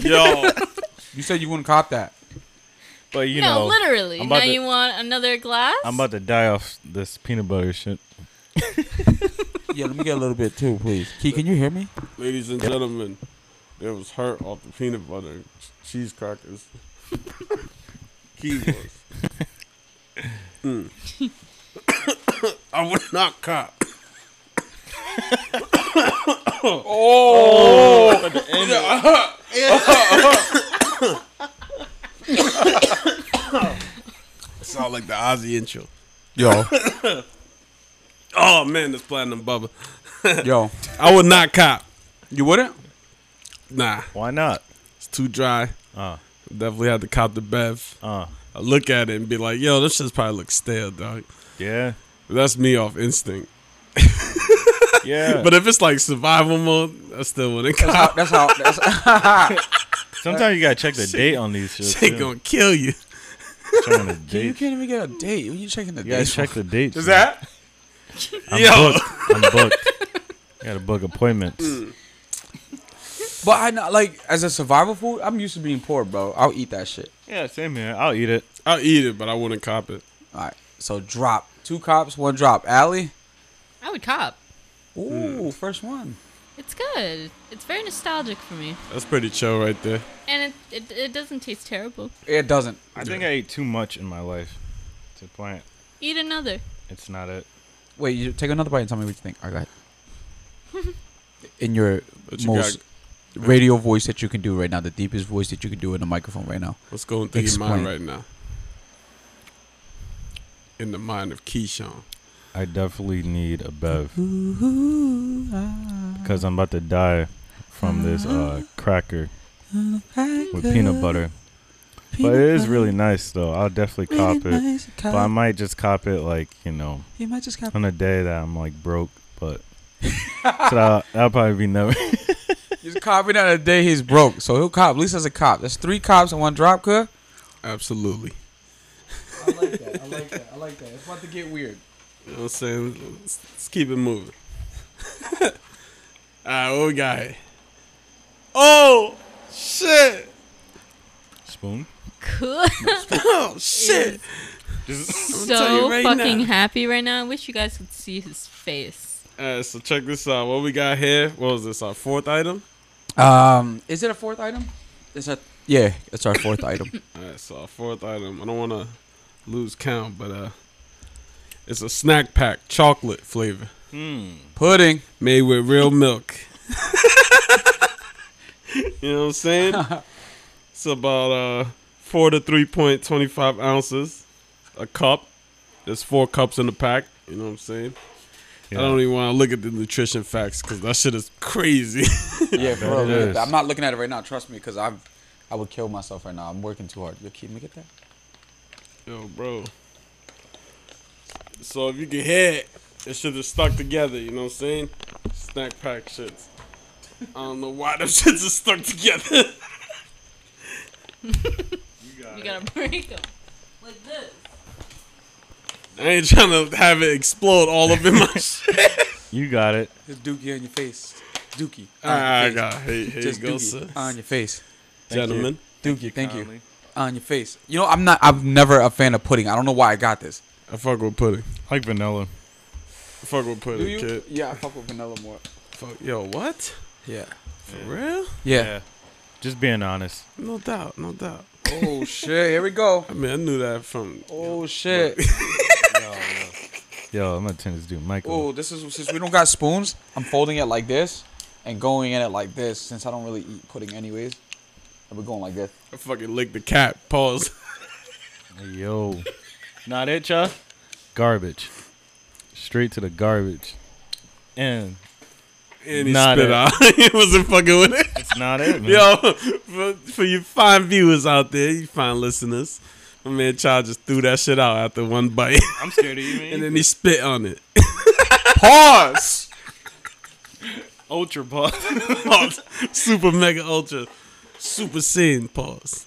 [SPEAKER 2] Yeah. Yo,
[SPEAKER 3] You said you wouldn't cop that.
[SPEAKER 4] But you
[SPEAKER 5] no,
[SPEAKER 4] know,
[SPEAKER 5] literally.
[SPEAKER 4] I'm
[SPEAKER 5] now
[SPEAKER 4] about to-
[SPEAKER 5] you want another glass?
[SPEAKER 4] I'm about to die off this peanut butter shit.
[SPEAKER 3] Yeah, let me get a little bit too, please. Key, can you hear me?
[SPEAKER 2] ladies and gentlemen, there was hurt off the [LAUGHS] peanut butter ch- cheese crackers. Key was. Hmm. [COUGHS] I would not cop. Oh. [COUGHS] uh-huh. [COUGHS] Sound like the Ozzy intro.
[SPEAKER 3] Yo,
[SPEAKER 2] Oh man, this platinum bubble.
[SPEAKER 3] yo,
[SPEAKER 2] I would not cop.
[SPEAKER 3] you wouldn't?
[SPEAKER 2] Nah,
[SPEAKER 4] Why not?
[SPEAKER 2] it's too dry.
[SPEAKER 4] Uh,
[SPEAKER 2] Definitely had to cop the Bev.
[SPEAKER 4] uh.
[SPEAKER 2] I look at it and be like, yo, this shit's probably look stale, dog.
[SPEAKER 4] Yeah.
[SPEAKER 2] But that's me off instinct.
[SPEAKER 4] Yeah.
[SPEAKER 2] [LAUGHS] But if it's like survival mode, I still wouldn't
[SPEAKER 3] Uh,
[SPEAKER 2] cop.
[SPEAKER 3] That's how. That's,
[SPEAKER 4] sometimes you gotta check the date on these shits.
[SPEAKER 2] Shit
[SPEAKER 4] Too.
[SPEAKER 2] gonna kill you.
[SPEAKER 4] Checking
[SPEAKER 3] [LAUGHS]
[SPEAKER 4] the
[SPEAKER 3] you
[SPEAKER 4] date.
[SPEAKER 3] can't even get a date. What you checking the
[SPEAKER 4] You gotta
[SPEAKER 3] date?
[SPEAKER 4] check the dates.
[SPEAKER 3] Is
[SPEAKER 4] man.
[SPEAKER 3] that?
[SPEAKER 4] I'm
[SPEAKER 2] Yo.
[SPEAKER 4] booked. I'm booked. gotta book appointments.
[SPEAKER 3] But I know, like, as a survival food, I'm used to being poor, bro. I'll eat that shit.
[SPEAKER 4] Yeah, same here. I'll eat it.
[SPEAKER 2] I'll eat it, but I wouldn't cop it.
[SPEAKER 3] All right. So drop two cops, one drop. Alley.
[SPEAKER 5] I would cop.
[SPEAKER 3] Ooh, first one.
[SPEAKER 5] It's good. It's very nostalgic for me,
[SPEAKER 2] That's pretty chill right there.
[SPEAKER 5] and it it, it doesn't taste terrible.
[SPEAKER 3] It doesn't.
[SPEAKER 4] I think I ate too much in my life. To the point,
[SPEAKER 5] Eat another. [LAUGHS]
[SPEAKER 4] it's not it.
[SPEAKER 3] Wait, you take another bite and tell me what you think. All right. [LAUGHS] In your
[SPEAKER 2] But you
[SPEAKER 3] most
[SPEAKER 2] got
[SPEAKER 3] radio voice that you can do right now, the deepest voice that you can do in the microphone right now.
[SPEAKER 2] what's going through your mind
[SPEAKER 3] Explain.
[SPEAKER 2] right now? In the mind of Keyshawn.
[SPEAKER 4] I definitely need a bev
[SPEAKER 3] ah.
[SPEAKER 4] because I'm about to die from this uh, cracker with peanut butter. But it is really nice though. I'll definitely cop it. But I might just cop it like you know
[SPEAKER 3] You might just cop.
[SPEAKER 4] on a day that I'm like broke. But [LAUGHS] so that'll, that'll probably be never.
[SPEAKER 3] He's copping on a day he's broke, so he'll cop. At least as a cop, that's three cops and one drop cook.
[SPEAKER 2] Absolutely.
[SPEAKER 3] I like that. I like that. I like that. It's about to get weird.
[SPEAKER 2] You know what I'm saying? Let's, let's keep it moving. [LAUGHS] All right, what we got here? Oh, shit. [COUGHS]
[SPEAKER 4] Spoon.
[SPEAKER 5] Cool.
[SPEAKER 2] Oh, shit. tell
[SPEAKER 5] so
[SPEAKER 2] you right
[SPEAKER 5] fucking
[SPEAKER 2] now.
[SPEAKER 5] happy right now. I wish you guys could see his face.
[SPEAKER 2] All right, so check this out. What we got here? What was this? Our fourth item?
[SPEAKER 3] Um, is it a fourth item? It's a yeah. It's our fourth [LAUGHS] item.
[SPEAKER 2] All right, so our fourth item. I don't want to lose count, but uh, it's a snack pack, chocolate flavor,
[SPEAKER 3] Pudding.
[SPEAKER 2] made with real milk. [LAUGHS] you know what I'm saying? It's about uh four to three point twenty five ounces, a cup. There's four cups in the pack. You know what I'm saying?
[SPEAKER 4] Yeah.
[SPEAKER 2] I don't even want to look at the nutrition facts because that shit is crazy. [LAUGHS]
[SPEAKER 3] Yeah,
[SPEAKER 4] bet
[SPEAKER 3] for
[SPEAKER 4] it
[SPEAKER 3] real.
[SPEAKER 4] is.
[SPEAKER 3] I'm not looking at it right now. Trust me, because I'm, I would kill myself right now. I'm working too hard. Yo, keep me get that.
[SPEAKER 2] Yo, bro. So if you can hear it, it should have stuck together, you know what I'm saying? Snack pack shits. I don't know why them [LAUGHS] shits are stuck together.
[SPEAKER 5] You gotta [LAUGHS] break them like this.
[SPEAKER 2] I ain't trying to have it explode all
[SPEAKER 3] [LAUGHS]
[SPEAKER 2] up in my shit.
[SPEAKER 4] You got it.
[SPEAKER 3] There's dookie on your face. Dookie. on your
[SPEAKER 2] Ah, I
[SPEAKER 3] face.
[SPEAKER 2] got Here, here you
[SPEAKER 3] Just
[SPEAKER 2] go,
[SPEAKER 3] dookie
[SPEAKER 2] sir.
[SPEAKER 3] on your face.
[SPEAKER 2] Gentlemen.
[SPEAKER 3] Dookie, thank you. On your face. You know, I'm not. I'm never a fan of pudding. I don't know why I got this.
[SPEAKER 2] I fuck with pudding.
[SPEAKER 4] I like vanilla.
[SPEAKER 2] I fuck with pudding, kid.
[SPEAKER 3] Yeah, I fuck with vanilla more.
[SPEAKER 2] Fuck. Yo, what?
[SPEAKER 3] Yeah.
[SPEAKER 2] For real?
[SPEAKER 3] Yeah.
[SPEAKER 4] Just being [LAUGHS] honest.
[SPEAKER 2] No doubt, no doubt.
[SPEAKER 3] Oh shit! Here we
[SPEAKER 2] [LAUGHS]
[SPEAKER 3] go.
[SPEAKER 2] I mean, I knew that from.
[SPEAKER 3] Oh
[SPEAKER 2] [LAUGHS]
[SPEAKER 3] shit!
[SPEAKER 4] Yo, I'm gonna turn this dude, Michael.
[SPEAKER 3] Oh, this is since we don't got spoons. I'm folding it like this and going in it like this since I don't really eat pudding anyways. And we're going like this.
[SPEAKER 2] I fucking licked the cat. Pause.
[SPEAKER 4] Yo. [LAUGHS] Not it, y'all? Garbage. Straight to the garbage. And
[SPEAKER 2] [LAUGHS] And he
[SPEAKER 4] Not
[SPEAKER 2] spit
[SPEAKER 4] it.
[SPEAKER 2] out. [LAUGHS] he wasn't fucking with it.
[SPEAKER 4] it's not it, [LAUGHS] man.
[SPEAKER 2] Yo, for, for you fine viewers out there, you fine listeners, my man Child just threw that shit out after one bite,
[SPEAKER 4] I'm scared of you, man.
[SPEAKER 2] and then he spit on it.
[SPEAKER 3] Pause.
[SPEAKER 4] Ultra boss.
[SPEAKER 2] [LAUGHS] Pause. Super mega ultra, super sin. Pause.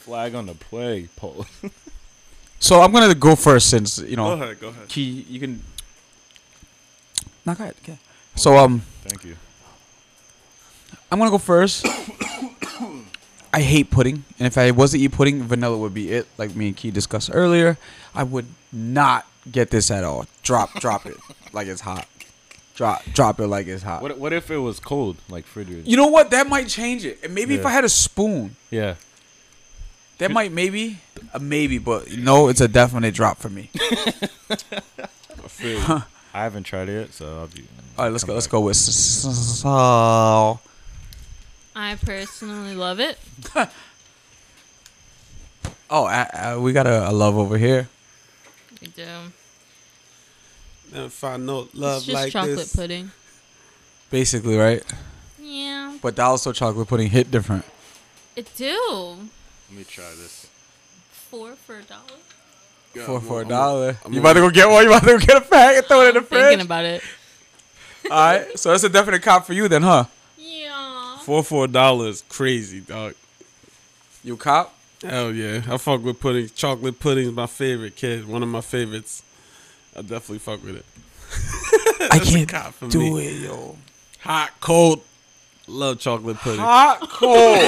[SPEAKER 4] Flag on the play, Paul.
[SPEAKER 3] So I'm gonna go first since you know
[SPEAKER 2] ahead, go ahead.
[SPEAKER 3] key. You can. No, go ahead. Okay. So um,
[SPEAKER 4] [LAUGHS] Thank you.
[SPEAKER 3] I'm gonna go first. [COUGHS] I hate pudding, and if I was to eat pudding, vanilla would be it. Like me and Key discussed earlier, I would not get this at all. Drop, drop it [LAUGHS] like it's hot. Drop, drop it like it's hot.
[SPEAKER 4] What what if it was cold, like refrigerated?
[SPEAKER 3] You know what? That might change it. And maybe if
[SPEAKER 4] Yeah.
[SPEAKER 3] I had a spoon,
[SPEAKER 4] Yeah.
[SPEAKER 3] That might maybe a maybe, but no, it's a definite drop for me.
[SPEAKER 2] I feel you.
[SPEAKER 4] I haven't tried it yet, so I'll be.
[SPEAKER 3] All right, let's go.
[SPEAKER 4] come
[SPEAKER 3] Let's
[SPEAKER 4] back.
[SPEAKER 3] go with s- s- sal.
[SPEAKER 5] I personally love it.
[SPEAKER 3] Oh, I, I, we got a, a love over here.
[SPEAKER 5] We do.
[SPEAKER 2] Never find no
[SPEAKER 5] It's
[SPEAKER 2] love
[SPEAKER 5] just
[SPEAKER 2] like
[SPEAKER 5] chocolate
[SPEAKER 2] this.
[SPEAKER 5] pudding.
[SPEAKER 3] Basically, right?
[SPEAKER 5] Yeah,
[SPEAKER 3] But dollar store chocolate pudding hit different.
[SPEAKER 5] it do.
[SPEAKER 4] Let me try this.
[SPEAKER 5] Four for a dollar.
[SPEAKER 2] Yeah,
[SPEAKER 3] Four
[SPEAKER 2] I'm
[SPEAKER 3] for a
[SPEAKER 2] I'm
[SPEAKER 3] dollar.
[SPEAKER 2] I'm
[SPEAKER 3] You about to go get one? You about to go get a pack and throw it in the
[SPEAKER 5] I'm [LAUGHS] thinking
[SPEAKER 3] fridge?
[SPEAKER 5] about it.
[SPEAKER 3] All right, so that's a definite cop for you then, huh?
[SPEAKER 5] Yeah.
[SPEAKER 2] Four for a dollar is crazy, dog.
[SPEAKER 3] You cop?
[SPEAKER 2] Hell yeah, I fuck with pudding. Chocolate pudding's my favorite, kid. One of my favorites. I definitely fuck with it.
[SPEAKER 3] I can't
[SPEAKER 2] cop for
[SPEAKER 3] do
[SPEAKER 2] me.
[SPEAKER 3] it, yo.
[SPEAKER 2] Hot, cold. Love chocolate
[SPEAKER 3] [LAUGHS]
[SPEAKER 2] pudding.
[SPEAKER 3] Hot cold.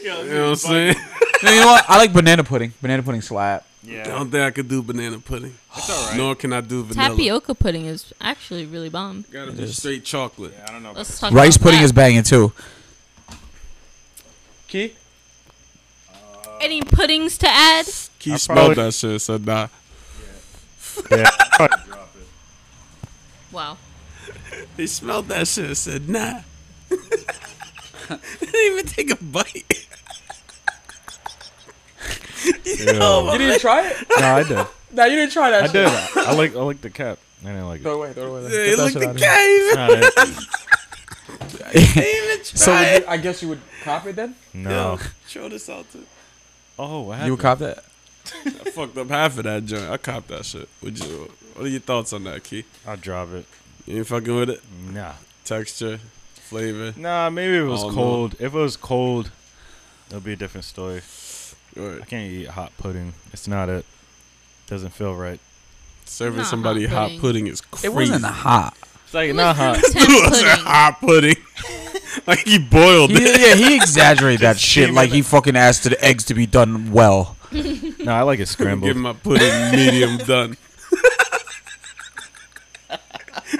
[SPEAKER 2] You know what I'm saying?
[SPEAKER 3] No, you know what? I like banana pudding. Banana pudding slap.
[SPEAKER 2] I [LAUGHS] don't think I could do banana pudding. It's alright. Nor can I do vanilla.
[SPEAKER 5] Tapioca pudding is actually really bomb.
[SPEAKER 2] Gotta be straight chocolate.
[SPEAKER 4] I don't know.
[SPEAKER 5] Let's talk
[SPEAKER 3] Rice
[SPEAKER 5] about
[SPEAKER 3] pudding
[SPEAKER 5] that.
[SPEAKER 3] is banging too.
[SPEAKER 2] Key,
[SPEAKER 5] Any puddings to add?
[SPEAKER 2] Key
[SPEAKER 4] I
[SPEAKER 2] smelled
[SPEAKER 4] probably-
[SPEAKER 2] that shit, so nah.
[SPEAKER 4] Yeah, [LAUGHS] I'll probably drop it.
[SPEAKER 5] Wow.
[SPEAKER 2] He smelled that shit and said, nah. [LAUGHS] didn't even take a bite.
[SPEAKER 4] Ew. [LAUGHS]
[SPEAKER 3] You didn't try it?
[SPEAKER 4] no, I did.
[SPEAKER 3] No, you didn't try that
[SPEAKER 4] I did. I like. I like the cap. I didn't like it.
[SPEAKER 3] Throw it away. Throw it away.
[SPEAKER 2] Hey,
[SPEAKER 3] Get that
[SPEAKER 2] look,
[SPEAKER 3] shit
[SPEAKER 2] the
[SPEAKER 3] outta here.
[SPEAKER 2] guy
[SPEAKER 3] [LAUGHS]
[SPEAKER 2] even
[SPEAKER 4] Nah, I- [LAUGHS]
[SPEAKER 2] even
[SPEAKER 3] So
[SPEAKER 2] try
[SPEAKER 3] would
[SPEAKER 2] it. [LAUGHS]
[SPEAKER 3] you, I guess you would cop it then.
[SPEAKER 4] No.
[SPEAKER 2] Show this out to.
[SPEAKER 4] Oh, what
[SPEAKER 3] You
[SPEAKER 4] happened?
[SPEAKER 3] would cop that.
[SPEAKER 2] I fucked up half of that joint. I copped that shit. Would you? What are your thoughts on that, Key?
[SPEAKER 4] I'll drop it.
[SPEAKER 2] You ain't fucking with it.
[SPEAKER 4] Nah.
[SPEAKER 2] Texture, flavor.
[SPEAKER 4] Nah, maybe if it was
[SPEAKER 2] Oh, no.
[SPEAKER 4] cold. If it was cold, it'll be a different story. I
[SPEAKER 2] Alright.
[SPEAKER 4] can't eat hot pudding. It's not it. Doesn't feel right.
[SPEAKER 2] Serving
[SPEAKER 5] Not hot
[SPEAKER 2] somebody hot pudding.
[SPEAKER 5] pudding.
[SPEAKER 2] is crazy.
[SPEAKER 3] It wasn't hot.
[SPEAKER 4] It's like
[SPEAKER 5] It
[SPEAKER 4] not
[SPEAKER 5] was
[SPEAKER 4] [LAUGHS] hot.
[SPEAKER 5] pretty
[SPEAKER 2] Dude,
[SPEAKER 5] intense
[SPEAKER 2] it's a
[SPEAKER 5] pudding.
[SPEAKER 2] hot [LAUGHS] pudding. like he boiled
[SPEAKER 3] He,
[SPEAKER 2] it.
[SPEAKER 3] yeah, [LAUGHS] he exaggerated that shit.
[SPEAKER 2] steaming
[SPEAKER 3] Like he fucking asked the eggs to be done well.
[SPEAKER 4] No, I like it
[SPEAKER 2] Give
[SPEAKER 4] scrambled.
[SPEAKER 2] my pudding [LAUGHS] medium done.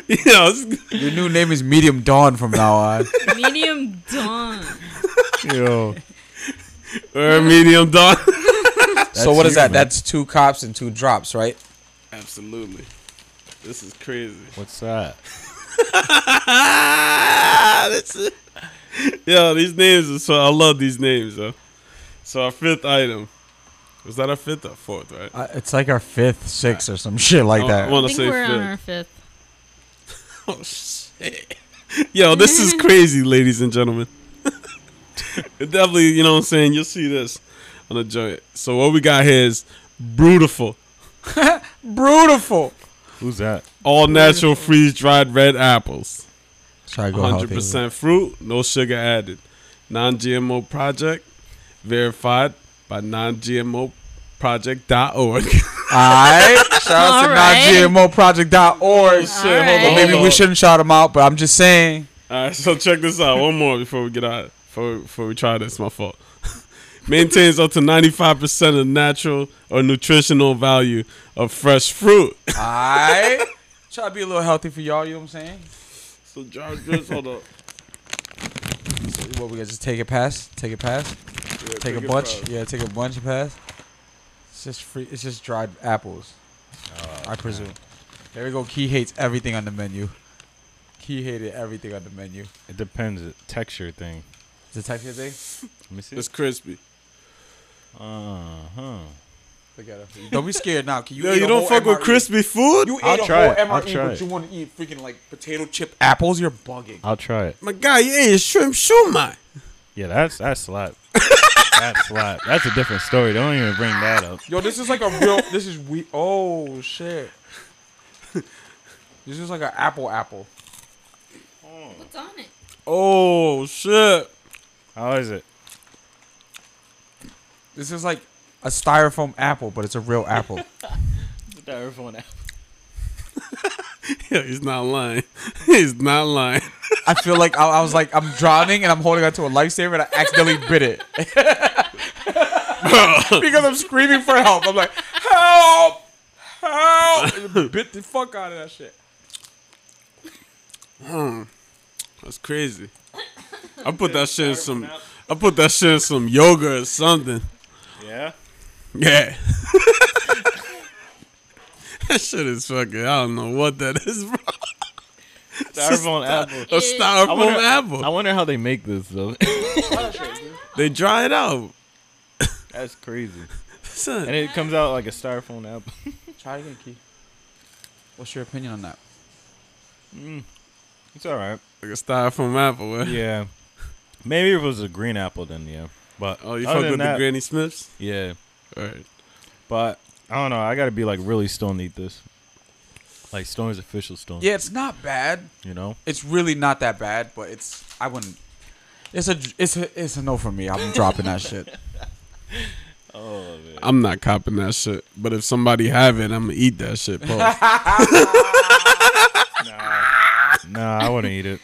[SPEAKER 2] yeah, it's- [LAUGHS]
[SPEAKER 3] Your new name is Medium Dawn from now [LAUGHS] on.
[SPEAKER 5] Medium
[SPEAKER 4] [LAUGHS]
[SPEAKER 5] dawn.
[SPEAKER 4] Yo,
[SPEAKER 2] or Er, medium done.
[SPEAKER 3] so what is
[SPEAKER 4] you,
[SPEAKER 3] that?
[SPEAKER 4] man.
[SPEAKER 3] That's two cops and two drops, right?
[SPEAKER 2] Absolutely. This is [LAUGHS] crazy.
[SPEAKER 4] What's that?
[SPEAKER 2] That's it. Yo, these names are so I love these names though. So our fifth item. Was that our fifth or fourth, right?
[SPEAKER 3] Uh, it's like our fifth, sixth, or some shit like
[SPEAKER 2] I
[SPEAKER 3] that.
[SPEAKER 5] I
[SPEAKER 2] wanna
[SPEAKER 5] think
[SPEAKER 2] say
[SPEAKER 5] we're um, on
[SPEAKER 2] fifth.
[SPEAKER 5] our fifth.
[SPEAKER 2] [LAUGHS] Oh shit. Yo, this is crazy, ladies and gentlemen. [LAUGHS] it definitely, you know what I'm saying, you'll see this on the joint. So what we got here is beautiful.
[SPEAKER 3] [LAUGHS] Beautiful.
[SPEAKER 4] Who's that?
[SPEAKER 2] All natural freeze dried red apples.
[SPEAKER 3] Try to go healthy.
[SPEAKER 2] 100% fruit, no sugar added. Non GMO project, verified by non GMO [LAUGHS] project.org.
[SPEAKER 3] Alright. Shout out to
[SPEAKER 5] Alright.
[SPEAKER 3] nongmoproject.org.
[SPEAKER 5] shit, hold on, Alright. hold
[SPEAKER 3] Maybe we shouldn't shout them out, but I'm just saying.
[SPEAKER 2] All right, so check this out. One more before we get out. Before, before we try this, my fault. [LAUGHS] Maintains up to 95% of natural or nutritional value of fresh fruit.
[SPEAKER 3] Alright. [LAUGHS] Try to be a little healthy for y'all, you know what I'm saying?
[SPEAKER 2] [LAUGHS] So, John, just hold up.
[SPEAKER 3] What we gonna just take it past? Take it past? [LAUGHS] Take, a bunch? Yeah, take a bunch and pass. It's just free it's just dried apples. I presume. There we go. Key hates everything on the menu. Key hated everything on the menu.
[SPEAKER 4] It depends. The texture thing.
[SPEAKER 3] Is it type of thing?
[SPEAKER 4] Let me see.
[SPEAKER 2] It's crispy.
[SPEAKER 4] Uh huh.
[SPEAKER 3] Look at her. Don't be scared now. Can you
[SPEAKER 2] Yo,
[SPEAKER 3] eat
[SPEAKER 2] you
[SPEAKER 3] a
[SPEAKER 2] don't
[SPEAKER 3] whole
[SPEAKER 2] fuck with
[SPEAKER 3] MRE?
[SPEAKER 2] crispy food?
[SPEAKER 3] You
[SPEAKER 4] I'll
[SPEAKER 3] ate a
[SPEAKER 4] try
[SPEAKER 3] whole
[SPEAKER 4] it. I'll
[SPEAKER 3] MRE,
[SPEAKER 4] try
[SPEAKER 3] but
[SPEAKER 4] it.
[SPEAKER 3] you want to eat freaking like potato chip apples? You're bugging.
[SPEAKER 4] I'll try it.
[SPEAKER 2] my guy, you ate a shrimp shumai.
[SPEAKER 4] Yeah, that's that's [LAUGHS] slap. that's slap. That's a different story. Don't even bring that up.
[SPEAKER 3] Yo, this is like a real. This is we. Oh shit. This is like an apple apple.
[SPEAKER 5] What's on it?
[SPEAKER 2] Oh, shit.
[SPEAKER 4] How is it?
[SPEAKER 3] This is like a styrofoam apple, but it's a real apple.
[SPEAKER 2] [LAUGHS] Yo, he's not lying. [LAUGHS] He's not lying.
[SPEAKER 3] I feel like I, I was like I'm drowning and I'm holding onto a lifesaver and I accidentally bit it [LAUGHS] because I'm screaming for help. I'm like, help, help! And it bit the fuck out of that shit.
[SPEAKER 2] That's crazy. I put that shit in some. I put that shit in some yoga or something.
[SPEAKER 4] Yeah.
[SPEAKER 2] Yeah. [LAUGHS] that shit is fucking. I don't know what that is, bro.
[SPEAKER 4] Styrofoam apple.
[SPEAKER 2] A
[SPEAKER 5] It-
[SPEAKER 2] styrofoam
[SPEAKER 4] wonder-
[SPEAKER 2] apple.
[SPEAKER 4] I wonder how they make this though. [LAUGHS]
[SPEAKER 2] they dry it out.
[SPEAKER 4] That's crazy.
[SPEAKER 2] Son,
[SPEAKER 4] And it comes out like a styrofoam apple. [LAUGHS]
[SPEAKER 6] Try it again, Key. What's your opinion on that?
[SPEAKER 4] It's all right.
[SPEAKER 2] like a styrofoam apple. eh?
[SPEAKER 4] Yeah. Maybe if it was a green apple, then yeah. But
[SPEAKER 2] Oh, you
[SPEAKER 4] other
[SPEAKER 2] fuck
[SPEAKER 4] than
[SPEAKER 2] with
[SPEAKER 4] that,
[SPEAKER 2] the Granny Smiths?
[SPEAKER 4] Yeah.
[SPEAKER 2] All right.
[SPEAKER 4] But I don't know. I gotta be like really stone eat this. Like stone is official stone.
[SPEAKER 3] Yeah, it's not bad.
[SPEAKER 4] You know.
[SPEAKER 3] It's really not that bad, but it's I wouldn't. It's a it's a it's a no for me. I'm dropping that shit.
[SPEAKER 4] Oh man.
[SPEAKER 2] I'm not copping that shit. But if somebody have it, I'm gonna eat that shit. Pause.
[SPEAKER 4] [LAUGHS] Nah, I
[SPEAKER 2] [LAUGHS]
[SPEAKER 4] wouldn't eat it.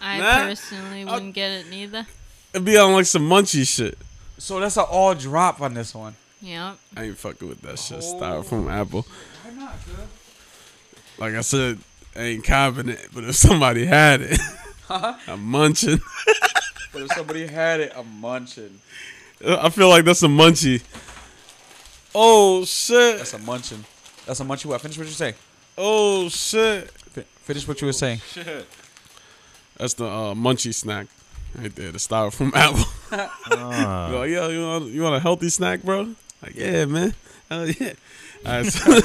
[SPEAKER 5] I
[SPEAKER 2] Nah.
[SPEAKER 5] personally wouldn't get it neither.
[SPEAKER 2] It'd be on like some munchy shit.
[SPEAKER 3] So that's an all drop on this one.
[SPEAKER 5] Yep.
[SPEAKER 2] I ain't fucking with that shit. Styrofoam apple.
[SPEAKER 3] Why not, good?
[SPEAKER 2] Like I said, I ain't copping it. But if somebody had
[SPEAKER 4] [LAUGHS]
[SPEAKER 2] it, I'm munching.
[SPEAKER 3] But if somebody had it, I'm munching.
[SPEAKER 2] I feel like that's a munchie. Oh shit!
[SPEAKER 3] That's a munching. That's a munchie. What? Finish what you're saying.
[SPEAKER 2] Oh shit!
[SPEAKER 3] Fi- Finish what you were saying.
[SPEAKER 2] That's the uh, munchie snack. Right there, the styrofoam [LAUGHS] apple.
[SPEAKER 4] Ah.
[SPEAKER 2] Like, yo, you want, you want a healthy snack, bro? Like, yeah, man. Hell yeah. All right, so, [LAUGHS]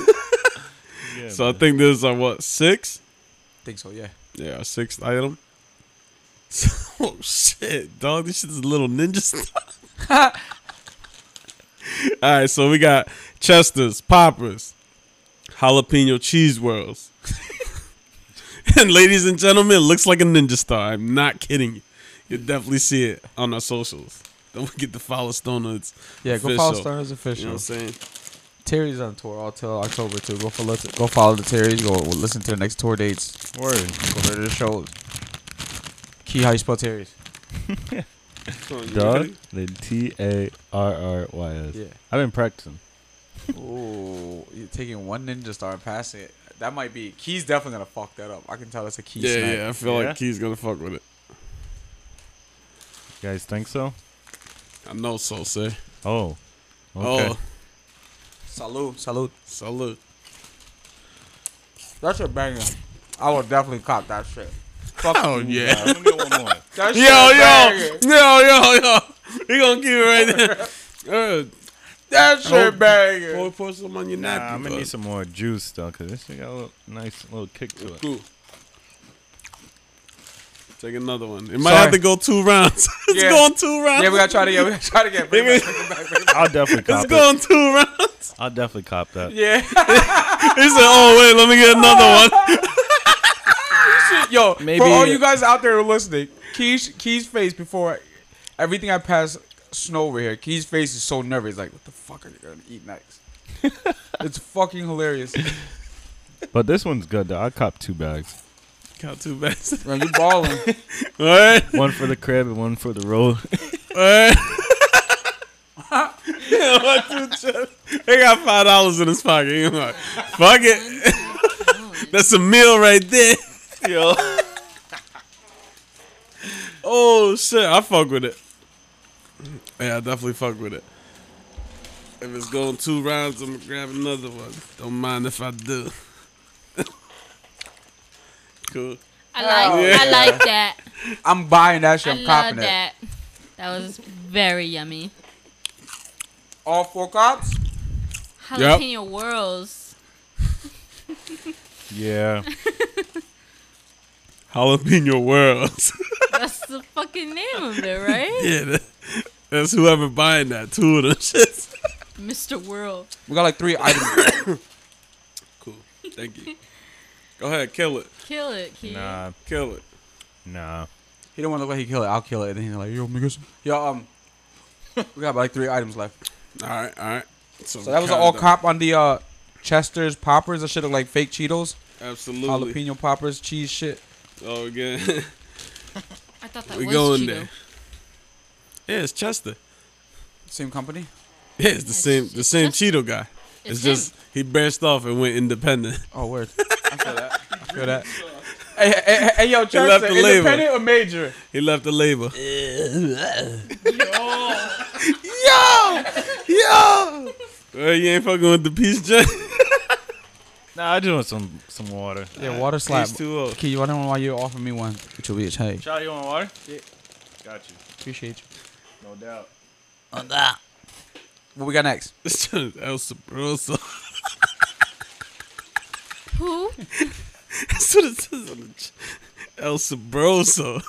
[SPEAKER 4] Yeah,
[SPEAKER 2] so I think there's like what six?
[SPEAKER 3] Think so? Yeah.
[SPEAKER 2] Yeah, our sixth item. [LAUGHS] So, oh shit, dog! This shit is little ninja [LAUGHS] stuff. All right, so we got Chester's, poppers, jalapeno cheese whirls, [LAUGHS] and ladies and gentlemen, it looks like a ninja star. I'm not kidding you. You'll definitely see it on our socials. Don't forget to follow Stoner's.
[SPEAKER 6] Yeah, go follow Stern's
[SPEAKER 2] You know
[SPEAKER 6] official.
[SPEAKER 2] what I'm saying?
[SPEAKER 6] Terry's on tour all till October too. Go follow, go follow the Terry's. Go listen to the next tour dates.
[SPEAKER 4] Word.
[SPEAKER 6] Go to the shows. Key, how you spell Terry's?
[SPEAKER 2] So, you
[SPEAKER 4] Dog.
[SPEAKER 2] ready?
[SPEAKER 4] The T A R R Y S.
[SPEAKER 6] Yeah.
[SPEAKER 4] I've been practicing.
[SPEAKER 3] Oh, you're taking one ninja star and passing it. That might be. Key's definitely gonna fuck that up. I can tell that's a key.
[SPEAKER 2] Yeah,
[SPEAKER 3] snack.
[SPEAKER 2] yeah. I feel
[SPEAKER 4] Yeah?
[SPEAKER 2] like Key's gonna fuck with it.
[SPEAKER 4] You guys think so?
[SPEAKER 2] I know so, sir.
[SPEAKER 4] Oh. Okay.
[SPEAKER 2] Oh,
[SPEAKER 3] Salute, salute.
[SPEAKER 2] so look.
[SPEAKER 3] That's a banger. I will definitely cop that shit.
[SPEAKER 2] [LAUGHS]
[SPEAKER 3] Fuck
[SPEAKER 2] Oh
[SPEAKER 3] you,
[SPEAKER 2] yeah.
[SPEAKER 3] man.
[SPEAKER 4] Let me get
[SPEAKER 2] [LAUGHS]
[SPEAKER 4] one more.
[SPEAKER 3] That shit
[SPEAKER 2] Yo,
[SPEAKER 3] banger.
[SPEAKER 2] yo, yo, yo, yo. We gonna keep it right there. Uh,
[SPEAKER 3] That shit
[SPEAKER 2] pour,
[SPEAKER 3] banger.
[SPEAKER 2] pour some on your
[SPEAKER 4] Nah,
[SPEAKER 2] napkin.
[SPEAKER 4] I'm gonna need
[SPEAKER 2] dog.
[SPEAKER 4] some more juice though, cause this shit got a little, nice little kick to it.
[SPEAKER 2] Cool. Take another one. It might
[SPEAKER 3] Sorry.
[SPEAKER 2] have to go two rounds. [LAUGHS] it's
[SPEAKER 3] Yeah.
[SPEAKER 2] going two rounds.
[SPEAKER 3] Yeah, we gotta try it again. We gotta try it
[SPEAKER 2] [LAUGHS]
[SPEAKER 3] again. Bring it back, bring it back, bring it back.
[SPEAKER 4] I'll definitely cop
[SPEAKER 2] it's
[SPEAKER 4] it.
[SPEAKER 2] going two rounds. [LAUGHS]
[SPEAKER 4] I'll definitely cop that.
[SPEAKER 3] Yeah.
[SPEAKER 2] He said, "Oh wait, let me get another one."
[SPEAKER 3] [LAUGHS] Yo,
[SPEAKER 4] Maybe-
[SPEAKER 3] for all you guys out there listening, Key's, Key's face before everything I pass snow over here, Key's face is so nervous. He's like, what the fuck are you gonna eat next? it's fucking hilarious.
[SPEAKER 4] But this one's good though. I cop two bags.
[SPEAKER 2] Count two bats.
[SPEAKER 3] Bro, you balling.
[SPEAKER 2] [LAUGHS] All right,
[SPEAKER 4] [LAUGHS] One for the crib and one for the road.
[SPEAKER 2] all right. yeah, one, two, three. They got five dollars in his pocket. He like, Fuck it. [LAUGHS] That's a meal right there. [LAUGHS]
[SPEAKER 4] Yo.
[SPEAKER 2] Oh shit, I fuck with it. Yeah, I definitely fuck with it. If it's going two rounds, I'm gonna grab another one. Don't mind if I do. [LAUGHS] cool.
[SPEAKER 5] I like I like that.
[SPEAKER 3] I'm buying that
[SPEAKER 5] I
[SPEAKER 3] shit. I'm
[SPEAKER 5] love
[SPEAKER 3] copping it.
[SPEAKER 5] that. That was very yummy.
[SPEAKER 3] All four cops?
[SPEAKER 5] Jalapeno whirls.
[SPEAKER 4] [LAUGHS] Yeah.
[SPEAKER 2] Jalapeno Worlds. [LAUGHS]
[SPEAKER 5] That's the fucking name of it, right?
[SPEAKER 2] yeah, that- that's whoever buying that. Two of them shits.
[SPEAKER 5] Mr. World.
[SPEAKER 3] We got like three items.
[SPEAKER 2] Cool. Thank you. Go ahead, kill it.
[SPEAKER 5] Kill it, Key.
[SPEAKER 4] Nah.
[SPEAKER 2] Kill it.
[SPEAKER 4] Nah.
[SPEAKER 3] he don't want to look like he kill it. I'll kill it. And then he's like, yo, niggas. Yo, um, we got like three items left.
[SPEAKER 2] All right, all right.
[SPEAKER 3] So that was an all cop on the uh, Chester's poppers. That shit look like fake Cheetos.
[SPEAKER 2] Absolutely.
[SPEAKER 3] Jalapeno poppers, cheese shit.
[SPEAKER 2] Oh, again.
[SPEAKER 5] I thought
[SPEAKER 2] [LAUGHS]
[SPEAKER 5] that
[SPEAKER 2] we
[SPEAKER 5] was
[SPEAKER 2] going
[SPEAKER 5] Cheeto.
[SPEAKER 2] there. Yeah, it's Chester.
[SPEAKER 3] Same company?
[SPEAKER 2] Yeah, it's the
[SPEAKER 5] Yes,
[SPEAKER 2] same the
[SPEAKER 5] it's
[SPEAKER 2] same
[SPEAKER 5] just-
[SPEAKER 2] Cheeto guy.
[SPEAKER 5] it's
[SPEAKER 3] [LAUGHS]
[SPEAKER 2] It's, just he branched off and went independent. [LAUGHS]
[SPEAKER 3] Oh, word. I feel that. I feel that. Hey, hey, hey, yo,
[SPEAKER 2] left
[SPEAKER 3] Chester,
[SPEAKER 2] the label.
[SPEAKER 3] independent or major?
[SPEAKER 2] He left
[SPEAKER 3] [LAUGHS]
[SPEAKER 2] the labor. [LAUGHS]
[SPEAKER 3] Yo, yo.
[SPEAKER 2] Well, you ain't fucking with the peace, Jen. [LAUGHS]
[SPEAKER 4] Nah, I just want some some water.
[SPEAKER 3] Yeah, water slap.
[SPEAKER 2] He's too old.
[SPEAKER 3] Okay, you want to know why you offered me one? Which will be a change.
[SPEAKER 4] Charlie, you want water? Yeah. Got you.
[SPEAKER 3] Appreciate you.
[SPEAKER 4] No doubt.
[SPEAKER 3] What we got next?
[SPEAKER 2] This [LAUGHS] Jen is El Sabroso.
[SPEAKER 5] Who?
[SPEAKER 2] That's what it says on the ch- El Sabroso.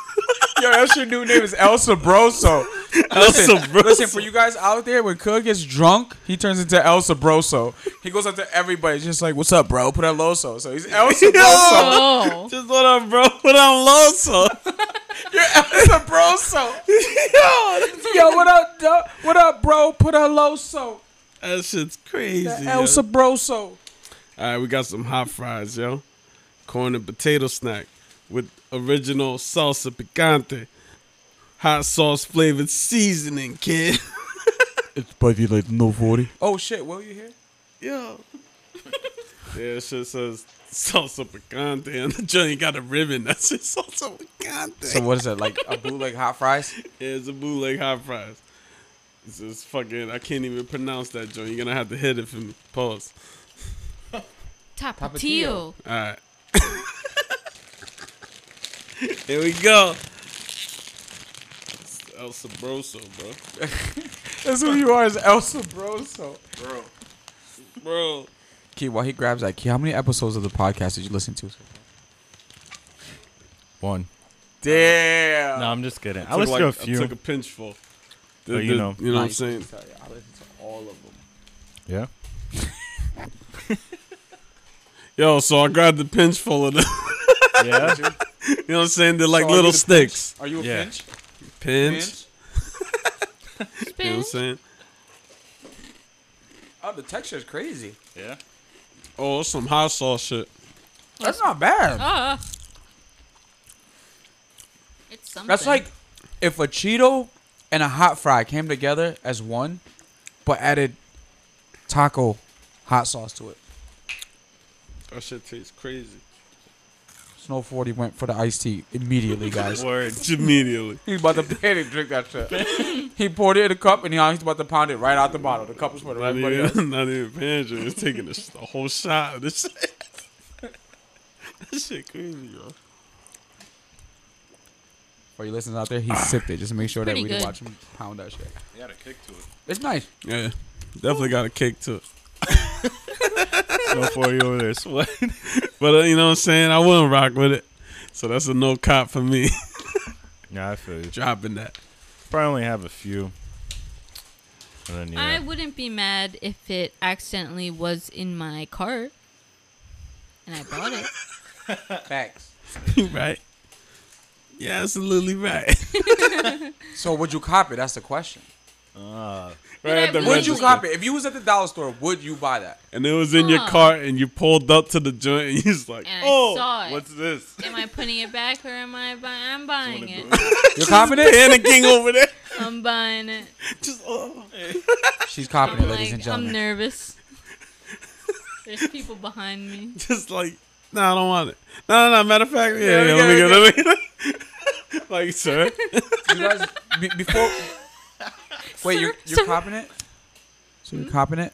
[SPEAKER 3] Yo, that's your new name is El Sabroso. [LAUGHS]
[SPEAKER 2] El
[SPEAKER 3] Listen,
[SPEAKER 2] Sabroso.
[SPEAKER 3] listen, for you guys out there, when Cook gets drunk, he turns into El Sabroso. He goes up to everybody, just like, "What's up, bro? Put a loso." So he's [LAUGHS] El Sabroso.
[SPEAKER 2] [LAUGHS]
[SPEAKER 5] Oh.
[SPEAKER 2] Just what up, bro? What up, Loso?
[SPEAKER 3] You're El Sabroso. [LAUGHS] yo, yo, what up, duh? what up, bro? Put a loso.
[SPEAKER 2] That shit's crazy.
[SPEAKER 3] The
[SPEAKER 2] yo.
[SPEAKER 3] El Sabroso.
[SPEAKER 2] All right, we got some hot fries, yo. Corn and potato snack with original salsa picante. Hot sauce flavored seasoning, kid. [LAUGHS]
[SPEAKER 3] It's probably like no forty. Oh shit, Will you here?
[SPEAKER 2] Yo. yeah, shit says salsa picante. And the joint got a ribbon that says salsa picante.
[SPEAKER 3] So what is it like a bootleg hot fries?
[SPEAKER 2] yeah, it's a bootleg hot fries. It's just fucking, I can't even pronounce that joint. You're gonna have to hit it for me. Pause.
[SPEAKER 5] Tapatio.
[SPEAKER 2] All right. [LAUGHS] Here we go. It's El Sabroso, bro.
[SPEAKER 3] That's who you are, is El Sabroso.
[SPEAKER 2] Bro.
[SPEAKER 3] Key, while he grabs that, Key, how many episodes of the podcast did you listen to?
[SPEAKER 4] One.
[SPEAKER 3] Damn.
[SPEAKER 4] No, I'm just kidding. I
[SPEAKER 2] took
[SPEAKER 4] listened
[SPEAKER 2] like-
[SPEAKER 4] to a
[SPEAKER 2] I
[SPEAKER 4] few.
[SPEAKER 2] took a pinchful. The-
[SPEAKER 4] But you
[SPEAKER 2] the-
[SPEAKER 4] know.
[SPEAKER 2] you know what I'm saying?
[SPEAKER 3] I listened to all of them.
[SPEAKER 4] yeah.
[SPEAKER 2] Yo, so I grabbed the pinchful of the, [LAUGHS]
[SPEAKER 4] Yeah.
[SPEAKER 2] you know what I'm saying? They're like
[SPEAKER 3] So I
[SPEAKER 2] little
[SPEAKER 3] did a
[SPEAKER 2] sticks.
[SPEAKER 3] Are you a
[SPEAKER 4] Yeah.
[SPEAKER 3] pinch?
[SPEAKER 2] Pinch.
[SPEAKER 3] Pinch?
[SPEAKER 2] You know what I'm
[SPEAKER 5] Spanish?
[SPEAKER 2] saying?
[SPEAKER 3] Oh, the texture is crazy.
[SPEAKER 4] yeah.
[SPEAKER 2] Oh, it's some hot sauce shit.
[SPEAKER 3] That's not bad.
[SPEAKER 5] Ah. It's something.
[SPEAKER 3] That's like if a Cheeto and a hot fry came together as one, but added taco hot sauce to it.
[SPEAKER 2] That shit tastes crazy.
[SPEAKER 3] Snow 40 went for the iced tea immediately, guys.
[SPEAKER 4] Word.
[SPEAKER 2] Immediately.
[SPEAKER 3] He's about to panic drink that shit. he poured it in a cup and now he's about to pound it right out the bottle. The cup is for
[SPEAKER 2] Not
[SPEAKER 3] everybody else.
[SPEAKER 2] even, not even pinching. It's taking a, s- a whole shot of this shit. [LAUGHS] that shit crazy, yo.
[SPEAKER 3] For you listeners out there, he sipped it. Just make sure that
[SPEAKER 5] Pretty
[SPEAKER 3] we didn't
[SPEAKER 5] good.
[SPEAKER 3] watch him pound that shit.
[SPEAKER 4] They had a kick to it.
[SPEAKER 3] It's nice.
[SPEAKER 2] Yeah. Definitely got a kick to it.
[SPEAKER 4] So for you over there, sweat.
[SPEAKER 2] But uh, you know what I'm saying? I wouldn't rock with it. So that's a no cop for me. [LAUGHS]
[SPEAKER 4] Yeah, I feel you.
[SPEAKER 2] Dropping that. [LAUGHS]
[SPEAKER 4] Probably only have a few. And then yeah.
[SPEAKER 5] I wouldn't be mad if it accidentally was in my cart. And I bought it.
[SPEAKER 3] Facts.
[SPEAKER 2] You right? Yeah, absolutely right. [LAUGHS]
[SPEAKER 3] So would you cop it? That's the question.
[SPEAKER 4] Ah.
[SPEAKER 2] right at the
[SPEAKER 5] Would
[SPEAKER 3] Would
[SPEAKER 2] register.
[SPEAKER 3] you cop it? If you was at the dollar store, would you buy that?
[SPEAKER 2] And it was in your
[SPEAKER 5] Huh.
[SPEAKER 2] cart and you pulled up to the joint and you was like,
[SPEAKER 5] And I
[SPEAKER 2] oh,
[SPEAKER 5] saw it."
[SPEAKER 2] what's this?
[SPEAKER 5] Am I putting it back or am I buying? I'm buying it.
[SPEAKER 3] You're copping it?
[SPEAKER 2] Panicking over there. [LAUGHS]
[SPEAKER 5] I'm buying it.
[SPEAKER 2] Just, oh.
[SPEAKER 3] She's copping it,
[SPEAKER 5] I'm
[SPEAKER 3] ladies
[SPEAKER 5] like,
[SPEAKER 3] and
[SPEAKER 5] I'm
[SPEAKER 3] gentlemen. nervous.
[SPEAKER 5] nervous. There's people behind me.
[SPEAKER 2] [LAUGHS] just like, no, nah, I don't want it. No, no, no. Matter of fact, yeah,
[SPEAKER 3] Yeah,
[SPEAKER 2] yeah,
[SPEAKER 3] yeah,
[SPEAKER 2] let me go, let me go. [LAUGHS] Like, sir.
[SPEAKER 3] You guys, be- before. Wait, you're,
[SPEAKER 5] Sir,
[SPEAKER 3] you're
[SPEAKER 5] sir.
[SPEAKER 3] copping it? So you're copping it?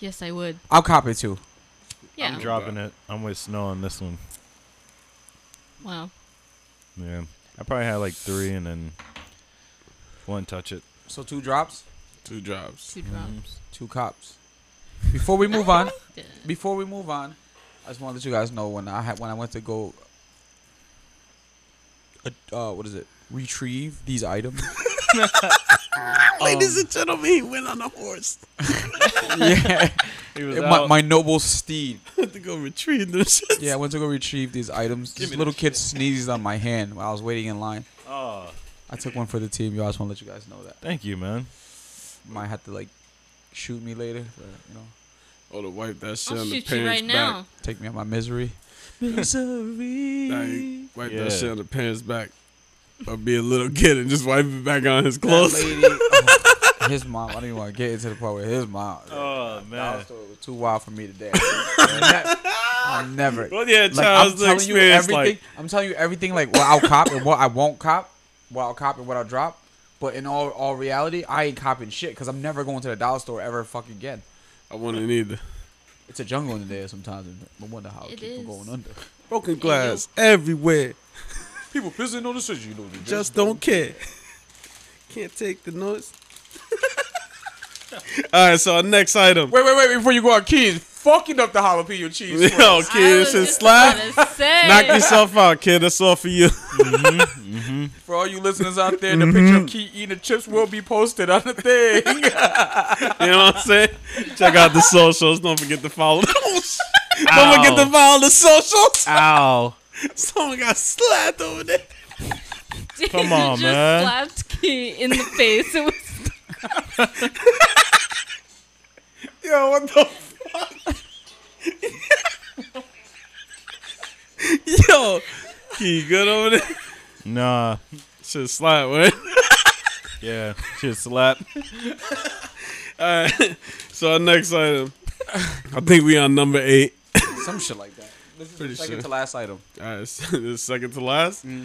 [SPEAKER 5] Yes, I would.
[SPEAKER 3] I'll cop it too.
[SPEAKER 5] Yeah.
[SPEAKER 4] I'm dropping it. I'm with Snow on this one.
[SPEAKER 5] wow.
[SPEAKER 4] Yeah. I probably had like three and then one touch it.
[SPEAKER 3] So two drops,
[SPEAKER 2] Two drops.
[SPEAKER 5] Two drops.
[SPEAKER 3] two cops. Before we move on, before we move on, I just want to let you guys know when I had when I went to go. Uh, what is it? Retrieve these
[SPEAKER 4] [LAUGHS]
[SPEAKER 3] items.
[SPEAKER 2] Ladies and gentlemen, he went on a horse. [LAUGHS]
[SPEAKER 3] [LAUGHS] yeah,
[SPEAKER 4] He was
[SPEAKER 3] my, my noble steed.
[SPEAKER 2] had to go retrieve them shit.
[SPEAKER 3] Yeah, I went to go retrieve these items.
[SPEAKER 4] Give
[SPEAKER 3] This
[SPEAKER 4] me
[SPEAKER 3] little
[SPEAKER 4] that
[SPEAKER 3] kid sneezed on my hand while I was waiting in line. I took one for the team. Y'all I just want to let you guys know that.
[SPEAKER 4] Thank you, man.
[SPEAKER 3] Might have to like shoot me later. but, you know,
[SPEAKER 2] Oh, to wipe that shit
[SPEAKER 5] I'll
[SPEAKER 2] on the
[SPEAKER 5] shoot
[SPEAKER 2] parents'
[SPEAKER 5] you right
[SPEAKER 2] back.
[SPEAKER 5] now.
[SPEAKER 3] take me out my misery.
[SPEAKER 2] Like, wipe
[SPEAKER 4] Yeah.
[SPEAKER 2] that shit on the parents' back. Or be a little kid and just wipe it back on his clothes.
[SPEAKER 3] That lady, [LAUGHS] oh, his mom. I don't even want to get into the part with his mom.
[SPEAKER 4] Oh,
[SPEAKER 3] Dollar store was too wild for me today. And that,
[SPEAKER 2] [LAUGHS]
[SPEAKER 3] never.
[SPEAKER 2] Well, yeah,
[SPEAKER 3] Like,
[SPEAKER 2] child's
[SPEAKER 3] I'm
[SPEAKER 2] the
[SPEAKER 3] telling you
[SPEAKER 2] experience.
[SPEAKER 3] everything.
[SPEAKER 2] Like,
[SPEAKER 3] I'm telling you everything. Like what I'll cop and what I won't cop, what I'll cop and what I'll drop. But in all all reality, I ain't copping shit because I'm never going to the dollar store ever fucking again.
[SPEAKER 2] I wouldn't either.
[SPEAKER 3] It's a jungle in there sometimes. and I wonder how it
[SPEAKER 5] It
[SPEAKER 3] keep from
[SPEAKER 5] is.
[SPEAKER 3] going under.
[SPEAKER 2] Broken
[SPEAKER 5] glass
[SPEAKER 2] everywhere.
[SPEAKER 3] People pissing on the street, you know.
[SPEAKER 2] Just don't care. [LAUGHS] Can't take the noise. [LAUGHS] All right, so our next item.
[SPEAKER 3] wait, wait, wait! Before you go on, kids fucking up the jalapeno [LAUGHS] cheese.
[SPEAKER 2] Yo,
[SPEAKER 5] I
[SPEAKER 2] kid,
[SPEAKER 5] was
[SPEAKER 2] this is
[SPEAKER 5] just
[SPEAKER 2] slap.
[SPEAKER 5] about to say.
[SPEAKER 2] Knock
[SPEAKER 5] [LAUGHS]
[SPEAKER 2] yourself out, kid. That's all for you. [LAUGHS]
[SPEAKER 3] For all you listeners out there, the
[SPEAKER 2] Mm-hmm.
[SPEAKER 3] picture of Key eating the chips will be posted on the thing. [LAUGHS]
[SPEAKER 2] You know what I'm saying? Check out the socials. Don't forget to follow [LAUGHS] those. Don't forget to follow the socials. [LAUGHS]
[SPEAKER 4] Ow.
[SPEAKER 2] Someone got slapped over there.
[SPEAKER 5] Dude,
[SPEAKER 4] Come
[SPEAKER 5] you
[SPEAKER 4] on,
[SPEAKER 5] just
[SPEAKER 4] man.
[SPEAKER 5] slapped Key in the face. It was
[SPEAKER 2] Yo, what the fuck? [LAUGHS] Yo, you good over there?
[SPEAKER 4] Nah.
[SPEAKER 2] Should slap, right?
[SPEAKER 4] Yeah. Shit slap.
[SPEAKER 2] All right. So our next item. I think we on number eight.
[SPEAKER 3] Some shit like that. This is
[SPEAKER 2] Pretty
[SPEAKER 3] the second
[SPEAKER 2] sure.
[SPEAKER 3] to last item.
[SPEAKER 2] All right, [LAUGHS] so this is second to last.
[SPEAKER 3] Mm.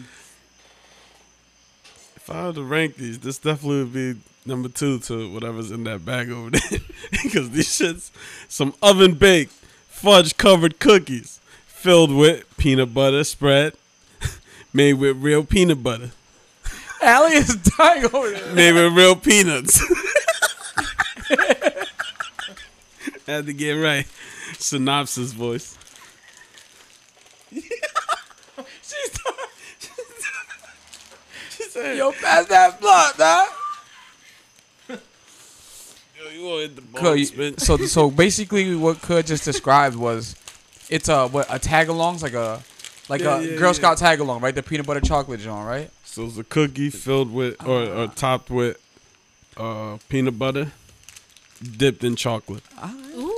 [SPEAKER 2] If I were to rank these, this definitely would be number two to whatever's in that bag over there, [LAUGHS] because these shits some oven baked fudge covered cookies filled with peanut butter spread, [LAUGHS] made with real peanut butter,
[SPEAKER 3] Allie is dying over there.
[SPEAKER 2] made with real peanuts. I [LAUGHS] had to get it right. Synopsis [LAUGHS] voice.
[SPEAKER 3] She's dying. Yo, pass that blunt, man.
[SPEAKER 2] Yo, you want hit the
[SPEAKER 3] Could
[SPEAKER 2] bones,
[SPEAKER 3] you-
[SPEAKER 2] bitch.
[SPEAKER 3] so so basically what Kud just described was it's a what a tag along's like a like
[SPEAKER 2] Yeah,
[SPEAKER 3] a
[SPEAKER 2] yeah,
[SPEAKER 3] Girl
[SPEAKER 2] yeah.
[SPEAKER 3] Scout tag along, right? The peanut butter chocolate John, right?
[SPEAKER 2] So it's a cookie filled with or, or topped with uh, peanut butter, dipped in chocolate.
[SPEAKER 5] ooh.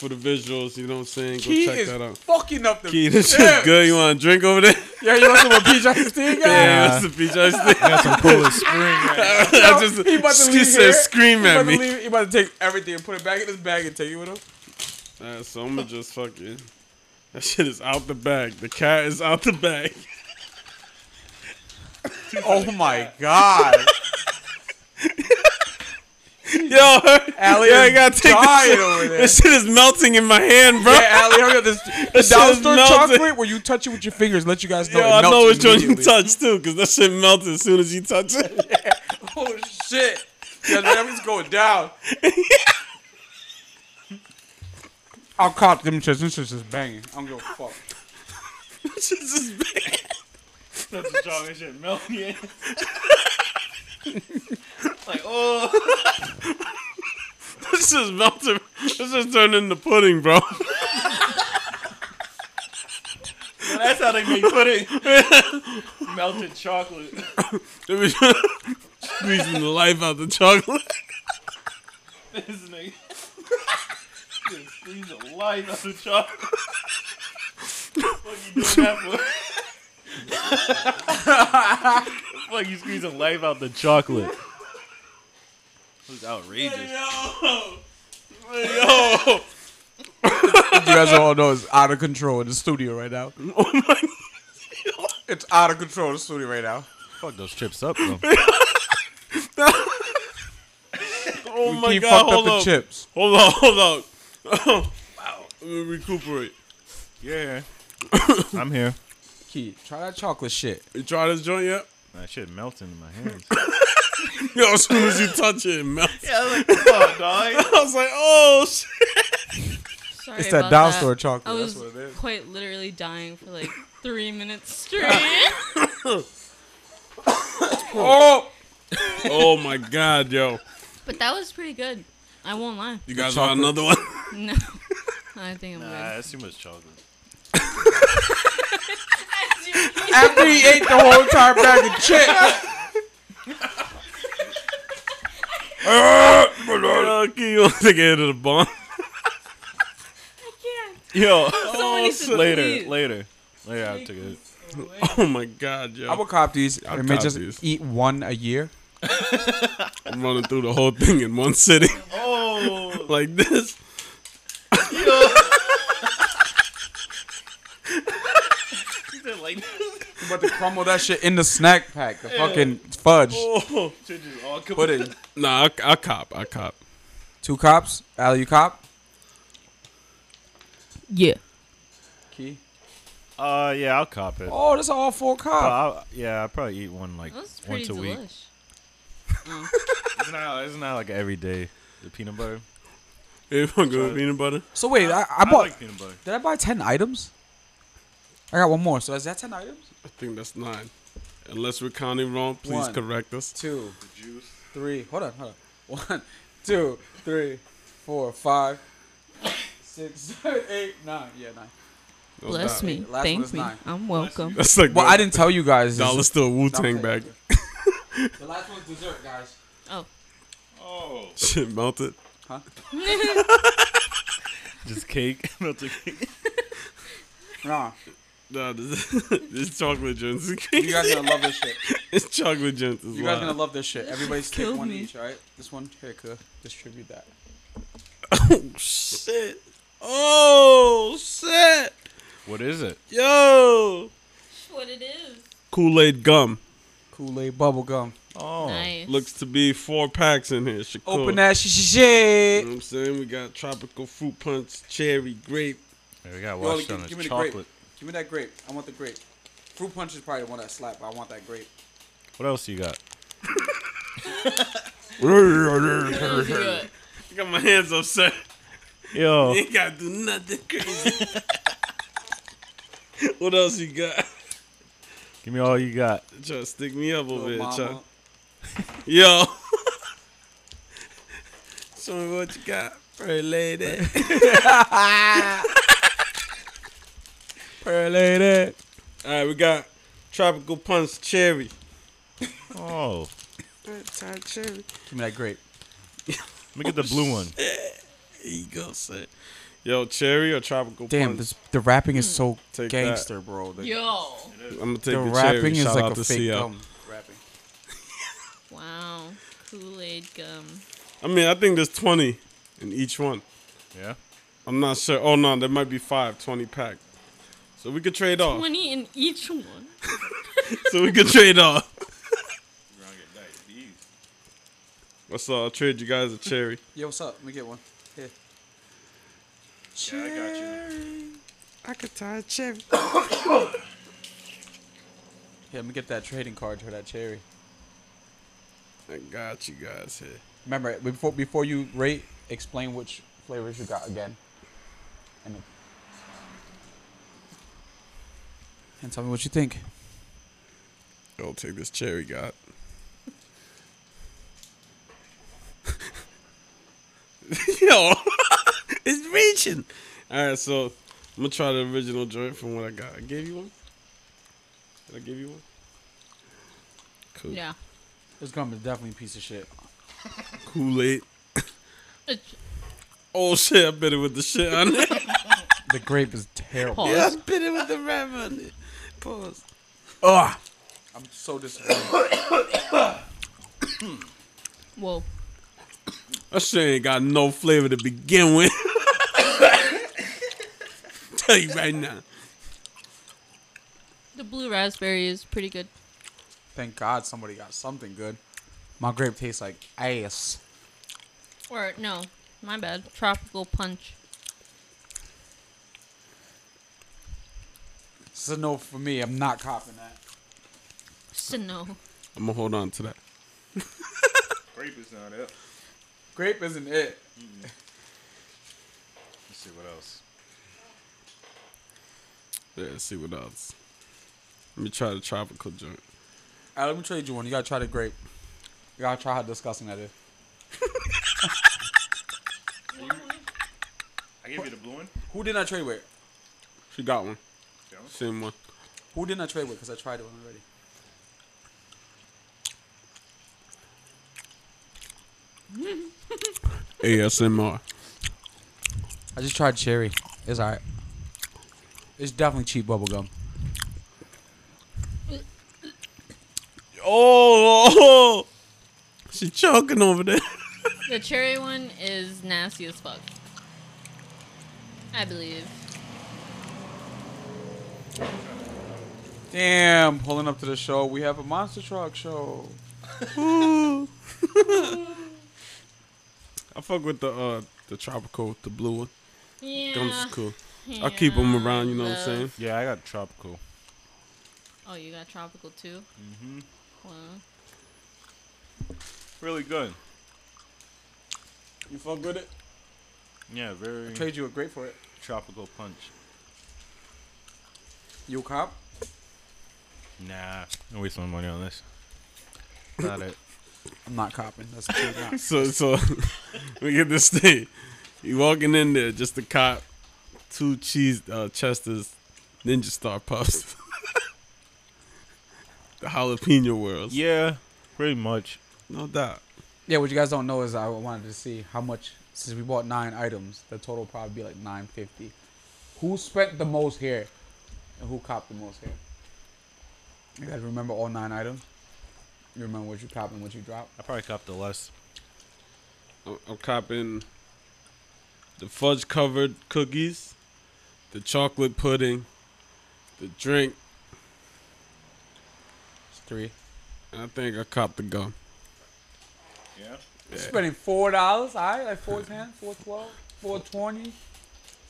[SPEAKER 2] For the visuals, you know what I'm saying? Go
[SPEAKER 3] Key
[SPEAKER 2] check
[SPEAKER 3] is
[SPEAKER 2] that out.
[SPEAKER 3] fucking up the
[SPEAKER 2] Key, this
[SPEAKER 3] chips.
[SPEAKER 2] shit good. You want a drink over there?
[SPEAKER 3] [LAUGHS] Yeah, you want some more peach iced tea, guys?
[SPEAKER 2] Yeah, [LAUGHS] that's the peach
[SPEAKER 3] [LAUGHS]
[SPEAKER 2] ice thing.
[SPEAKER 4] Got some Polish [LAUGHS] spring.
[SPEAKER 2] I just
[SPEAKER 3] he about to
[SPEAKER 2] she
[SPEAKER 3] leave
[SPEAKER 2] said
[SPEAKER 3] here.
[SPEAKER 2] scream
[SPEAKER 3] He
[SPEAKER 2] at
[SPEAKER 3] about, to
[SPEAKER 2] me.
[SPEAKER 3] leave, he about to take everything and put it back in his bag and take it with him.
[SPEAKER 2] Alright, so I'm gonna just fucking. That shit is out the bag. The cat is out the bag. [LAUGHS]
[SPEAKER 3] Oh my god.
[SPEAKER 2] Yo, Allie,
[SPEAKER 3] Allie
[SPEAKER 2] yeah, I
[SPEAKER 3] is
[SPEAKER 2] gotta take this
[SPEAKER 3] dying
[SPEAKER 2] shit.
[SPEAKER 3] over there.
[SPEAKER 2] This shit is melting in my hand, bro.
[SPEAKER 3] Yeah, Allie, hurry up. This, the
[SPEAKER 2] shit
[SPEAKER 3] dollar
[SPEAKER 2] is
[SPEAKER 3] store
[SPEAKER 2] melting.
[SPEAKER 3] chocolate where you touch it with your fingers, let you guys know.
[SPEAKER 2] Yo,
[SPEAKER 3] it
[SPEAKER 2] I know
[SPEAKER 3] melts
[SPEAKER 2] which one you
[SPEAKER 3] immediately.
[SPEAKER 2] touch too, because that shit melts as soon as you touch it.
[SPEAKER 3] [LAUGHS] Oh shit. Yeah, man, I'm just going
[SPEAKER 2] [LAUGHS]
[SPEAKER 3] down. I'll cop them shits. This shit's just banging. I don't give a fuck.
[SPEAKER 2] Shit's just big.
[SPEAKER 4] That's the chocolate shit melting in. [LAUGHS] like, oh.
[SPEAKER 2] This is melting. This just turned into pudding, bro.
[SPEAKER 4] That's how they
[SPEAKER 2] [LAUGHS]
[SPEAKER 4] make pudding. Melted chocolate.
[SPEAKER 2] It was squeezing the life out the chocolate.
[SPEAKER 4] This nigga. Just squeeze the life out of chocolate. What you doing that for? Fuck you squeezing life out the chocolate. It was outrageous.
[SPEAKER 2] Yo,
[SPEAKER 3] You guys all know it's out of control in the studio right
[SPEAKER 2] [LAUGHS]
[SPEAKER 3] now.
[SPEAKER 2] Oh
[SPEAKER 3] It's out of control in the studio right now.
[SPEAKER 4] Fuck those chips up though.
[SPEAKER 2] oh
[SPEAKER 3] We
[SPEAKER 2] my
[SPEAKER 3] keep
[SPEAKER 2] god,
[SPEAKER 3] fucked up
[SPEAKER 2] hold
[SPEAKER 3] the
[SPEAKER 2] on.
[SPEAKER 3] chips.
[SPEAKER 2] hold on, hold on, [LAUGHS] Wow, let me recuperate.
[SPEAKER 4] Yeah. I'm here.
[SPEAKER 3] Key, try that chocolate shit.
[SPEAKER 2] You try this joint yet? [LAUGHS]
[SPEAKER 4] That shit melting in my hands.
[SPEAKER 2] Yo, [LAUGHS] as soon as you touch it, it melts.
[SPEAKER 4] yeah,
[SPEAKER 2] [LAUGHS]
[SPEAKER 4] like, fuck, dog.
[SPEAKER 2] I was like, oh shit.
[SPEAKER 5] Sorry
[SPEAKER 3] It's
[SPEAKER 5] about
[SPEAKER 3] that dollar
[SPEAKER 5] that.
[SPEAKER 3] store chocolate.
[SPEAKER 5] I was
[SPEAKER 3] That's what it is.
[SPEAKER 5] quite literally dying for like three minutes straight.
[SPEAKER 3] Oh!
[SPEAKER 2] Oh my god, yo,
[SPEAKER 5] but that was pretty good. I won't lie.
[SPEAKER 2] you guys
[SPEAKER 3] chocolate.
[SPEAKER 2] want another one? [LAUGHS]
[SPEAKER 5] No. I think I'm
[SPEAKER 4] Nah, that's too much chocolate.
[SPEAKER 5] good.
[SPEAKER 3] After he ate the whole entire bag of [LAUGHS] chips.
[SPEAKER 2] Okay, you want to get into the bomb?
[SPEAKER 5] I can't.
[SPEAKER 4] Yo,
[SPEAKER 5] Somebody should
[SPEAKER 4] later,
[SPEAKER 5] leave.
[SPEAKER 4] later. Later, I took it.
[SPEAKER 2] Oh my god, yo,
[SPEAKER 3] I would cop these
[SPEAKER 2] I'll
[SPEAKER 3] and may
[SPEAKER 2] cop
[SPEAKER 3] just
[SPEAKER 2] these.
[SPEAKER 3] eat one a year.
[SPEAKER 2] I'm [LAUGHS] running through the whole thing in one sitting
[SPEAKER 4] Oh,
[SPEAKER 2] like this.
[SPEAKER 4] yo.
[SPEAKER 7] like
[SPEAKER 3] about to crumble that shit in the snack pack, the fucking fudge
[SPEAKER 7] [LAUGHS] oh, shit just all come
[SPEAKER 3] pudding.
[SPEAKER 2] Nah, I, I cop. I cop.
[SPEAKER 3] Two cops, Al, you cop.
[SPEAKER 5] Yeah.
[SPEAKER 3] Key.
[SPEAKER 4] Uh, yeah, I'll cop it.
[SPEAKER 3] Oh, that's all four
[SPEAKER 4] But
[SPEAKER 3] cops.
[SPEAKER 4] I'll- yeah, I probably eat one like
[SPEAKER 5] That was pretty
[SPEAKER 4] once a week.
[SPEAKER 5] delish.
[SPEAKER 4] It's not, it's not like every day. The peanut butter.
[SPEAKER 2] You want good with peanut butter?
[SPEAKER 3] So wait, I, I bought.
[SPEAKER 4] like peanut butter.
[SPEAKER 3] Did I buy ten items? I got one more. So is that ten items?
[SPEAKER 2] I think that's nine. Unless we're counting wrong, please
[SPEAKER 3] One.
[SPEAKER 2] correct us.
[SPEAKER 3] Two, three. Hold on, hold on. [LAUGHS] One, two, three, four, five, six, seven, eight, nine. Yeah, nine.
[SPEAKER 2] No
[SPEAKER 5] Bless
[SPEAKER 2] doubt.
[SPEAKER 5] me.
[SPEAKER 3] Last one
[SPEAKER 5] Thank
[SPEAKER 3] is
[SPEAKER 5] me.
[SPEAKER 3] nine.
[SPEAKER 2] [LAUGHS]
[SPEAKER 5] I'm welcome. [LAUGHS]
[SPEAKER 2] That's like
[SPEAKER 3] Well, I didn't tell you guys. this-
[SPEAKER 2] dollars to a Wu Tang
[SPEAKER 3] Something.
[SPEAKER 2] bag. [LAUGHS]
[SPEAKER 3] The last one's dessert, guys.
[SPEAKER 5] Oh.
[SPEAKER 4] Oh.
[SPEAKER 2] Shit melted.
[SPEAKER 4] Just cake. [LAUGHS] Melted cake.
[SPEAKER 2] [LAUGHS]
[SPEAKER 3] Nah,
[SPEAKER 2] Nah, this, [LAUGHS] this chocolate joint is
[SPEAKER 3] you guys gonna love this shit.
[SPEAKER 2] [LAUGHS] It's chocolate joint is
[SPEAKER 3] You guys gonna
[SPEAKER 2] wild.
[SPEAKER 3] love this shit. Everybody's take
[SPEAKER 5] killed
[SPEAKER 3] one
[SPEAKER 5] me.
[SPEAKER 3] each, all right? This one here, could distribute that.
[SPEAKER 2] Oh shit. Oh shit.
[SPEAKER 4] What is it?
[SPEAKER 2] Yo.
[SPEAKER 5] What it is.
[SPEAKER 2] Kool Aid gum.
[SPEAKER 3] Kool Aid bubble gum.
[SPEAKER 4] Oh,
[SPEAKER 5] Nice.
[SPEAKER 2] Looks to be four packs in here. Shakur.
[SPEAKER 3] Open that sh- sh- shit.
[SPEAKER 2] You know what I'm saying? We got tropical fruit punch, cherry, grape.
[SPEAKER 4] Hey, we got
[SPEAKER 3] Yo,
[SPEAKER 4] washed
[SPEAKER 3] give-
[SPEAKER 4] on
[SPEAKER 3] give
[SPEAKER 4] this
[SPEAKER 3] me the
[SPEAKER 4] chocolate.
[SPEAKER 3] grape. Give me that grape. I want the grape. Fruit punch is probably the one that slapped, but I want that grape.
[SPEAKER 4] What else you got?
[SPEAKER 2] I
[SPEAKER 5] That was good.
[SPEAKER 2] got my hands up, sir.
[SPEAKER 4] Yo,
[SPEAKER 2] You ain't gotta do nothing crazy.
[SPEAKER 3] [LAUGHS]
[SPEAKER 2] [LAUGHS] what else you got?
[SPEAKER 4] give me all you got.
[SPEAKER 2] Try to stick me up over
[SPEAKER 3] Little
[SPEAKER 2] here, try.
[SPEAKER 3] mama. [LAUGHS]
[SPEAKER 2] Yo. Show me what you got, pretty [LAUGHS] lady.
[SPEAKER 3] Perlated.
[SPEAKER 2] All right, we got tropical punch cherry.
[SPEAKER 4] Oh,
[SPEAKER 2] cherry.
[SPEAKER 3] Give me that grape.
[SPEAKER 4] let me get the blue one.
[SPEAKER 2] Here you go, sir. Yo, cherry or tropical
[SPEAKER 3] Damn,
[SPEAKER 2] punch?
[SPEAKER 3] this, the rapping is so
[SPEAKER 2] Take that.
[SPEAKER 3] gangster, bro. The,
[SPEAKER 5] Yo.
[SPEAKER 2] I'm gonna take
[SPEAKER 3] the
[SPEAKER 2] the,
[SPEAKER 3] rapping
[SPEAKER 2] cherry.
[SPEAKER 3] is
[SPEAKER 2] Shout
[SPEAKER 3] like
[SPEAKER 2] out
[SPEAKER 3] a
[SPEAKER 2] to
[SPEAKER 3] fake
[SPEAKER 2] CL.
[SPEAKER 3] gum. Rapping.
[SPEAKER 5] Wow. Kool Aid gum.
[SPEAKER 2] I mean, I think there's 20 in each one.
[SPEAKER 4] Yeah.
[SPEAKER 2] I'm not sure. Oh, no, there might be five, 20 pack. So we could trade off.
[SPEAKER 5] 20 in each one.
[SPEAKER 2] So we could trade off. What's up? I'll trade you guys a cherry.
[SPEAKER 3] Yo, what's up? Let me get one. Here.
[SPEAKER 7] Yeah, I got you.
[SPEAKER 2] I could tie a
[SPEAKER 7] [COUGHS]
[SPEAKER 2] cherry.
[SPEAKER 3] Here, let me get that trading card for that cherry.
[SPEAKER 2] I got you guys here.
[SPEAKER 3] Remember, before before you rate, explain which flavors you got again. And, and tell me what you think.
[SPEAKER 2] Yo, take this cherry, God. [LAUGHS] Yo, [LAUGHS] it's reaching. All right, so I'm gonna try the original joint from what I got. I gave you one. Did I give you one? Cool.
[SPEAKER 5] Yeah.
[SPEAKER 3] This gum is definitely a piece of shit.
[SPEAKER 2] Kool Aid.
[SPEAKER 5] It's
[SPEAKER 2] Oh shit! I bit it with the shit on it.
[SPEAKER 3] The grape is terrible.
[SPEAKER 5] pause.
[SPEAKER 2] yeah, I bit it with the rap on it. Pause.
[SPEAKER 3] Ugh.
[SPEAKER 2] Ah,
[SPEAKER 3] I'm so disappointed.
[SPEAKER 5] Whoa.
[SPEAKER 2] That shit ain't got no flavor to begin with. [LAUGHS] Tell you right now.
[SPEAKER 5] The blue raspberry is pretty good.
[SPEAKER 3] Thank God somebody got something good. My grape tastes like ass.
[SPEAKER 5] Or, no. My bad. Tropical punch.
[SPEAKER 3] This is a no for me. I'm not copping that.
[SPEAKER 5] It's a no.
[SPEAKER 2] I'm gonna hold on to that.
[SPEAKER 7] Grape is not up.
[SPEAKER 3] Grape isn't it.
[SPEAKER 4] Let's see what else.
[SPEAKER 2] Yeah, let's see what else. Let me try the tropical joint.
[SPEAKER 3] All right, let me trade you one. You gotta try the grape. You gotta try how disgusting that is.
[SPEAKER 7] I gave you the blue one.
[SPEAKER 3] Who didn't I trade with?
[SPEAKER 2] She got one.
[SPEAKER 7] Yeah.
[SPEAKER 2] Same one.
[SPEAKER 3] Who didn't I trade with? Because I tried one already.
[SPEAKER 2] ASMR.
[SPEAKER 3] I just tried cherry. It's alright. It's definitely cheap bubble gum.
[SPEAKER 2] Oh, [LAUGHS] she choking over there.
[SPEAKER 5] The cherry one is nasty as fuck. I believe.
[SPEAKER 3] Damn, pulling up to the show. We have a monster truck show.
[SPEAKER 2] I fuck with the uh the tropical, the blue one.
[SPEAKER 5] Yeah.
[SPEAKER 2] Gums is cool. I keep them around. You know what I'm saying?
[SPEAKER 4] Yeah, I got tropical.
[SPEAKER 5] Oh, you got tropical too. Mm-hmm. Wow.
[SPEAKER 4] Really good.
[SPEAKER 3] You fuck with it?
[SPEAKER 4] Yeah, very
[SPEAKER 3] Trade you a grape for it.
[SPEAKER 4] tropical punch.
[SPEAKER 3] You a cop?
[SPEAKER 4] Nah, I'm wasting my money on this. Not it.
[SPEAKER 3] I'm not copping. That's a kid not.
[SPEAKER 2] So so [LAUGHS] we get this thing. You walking in there, just a cop, two cheese uh, Chester's, Ninja Star puffs, [LAUGHS] the jalapeno worlds.
[SPEAKER 4] [LAUGHS] Yeah, pretty much.
[SPEAKER 2] no doubt.
[SPEAKER 3] Yeah, what you guys don't know is I wanted to see how much since we bought nine items, the total probably be like nine fifty. Who spent the most here, and who copped the most here? You guys remember all nine items? You remember what you copped and what you dropped?
[SPEAKER 4] I probably copped the less.
[SPEAKER 2] I'm, I'm copping the fudge covered cookies, the chocolate pudding, the drink,
[SPEAKER 3] It's three.
[SPEAKER 2] and I think I copped the gum.
[SPEAKER 7] Yeah.
[SPEAKER 3] Spending four dollars, all right, like four ten, four twelve, four twenty.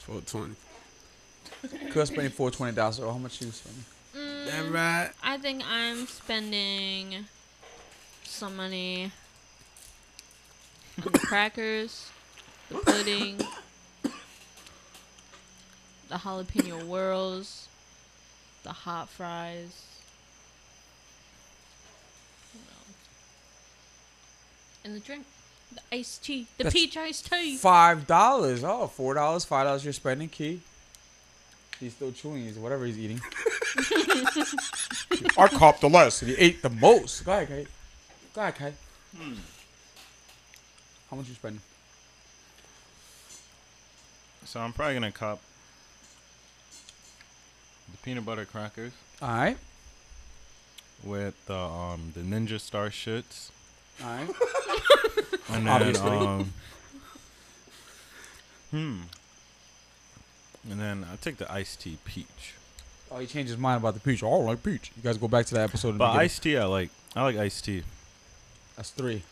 [SPEAKER 2] 420.
[SPEAKER 3] Cause spending four twenty dollars. Or how much you spending?
[SPEAKER 2] That [LAUGHS] right.
[SPEAKER 5] I think I'm spending some money on the crackers, the pudding, the jalapeno whirls, the hot fries. What else? And the drink, the iced tea, the
[SPEAKER 3] That's-
[SPEAKER 5] peach iced tea.
[SPEAKER 3] Five dollars. Oh, four dollars, five dollars. You're spending key. He's still chewing his whatever he's eating. I copped the less. He ate the most. Go ahead, Kate. Go ahead, Kate. How much you spending?
[SPEAKER 4] So I'm probably gonna cop the peanut butter crackers
[SPEAKER 3] All right.
[SPEAKER 4] with the um the ninja star shits,
[SPEAKER 3] All right. [LAUGHS]
[SPEAKER 4] and then
[SPEAKER 3] Obviously.
[SPEAKER 4] [LAUGHS] um hmm, and then I take the iced tea peach.
[SPEAKER 3] Oh, he changed his mind about the peach. I don't like peach. You guys go back to that episode. in the
[SPEAKER 4] But
[SPEAKER 3] beginning.
[SPEAKER 4] iced tea, I like. I like iced tea.
[SPEAKER 3] That's three.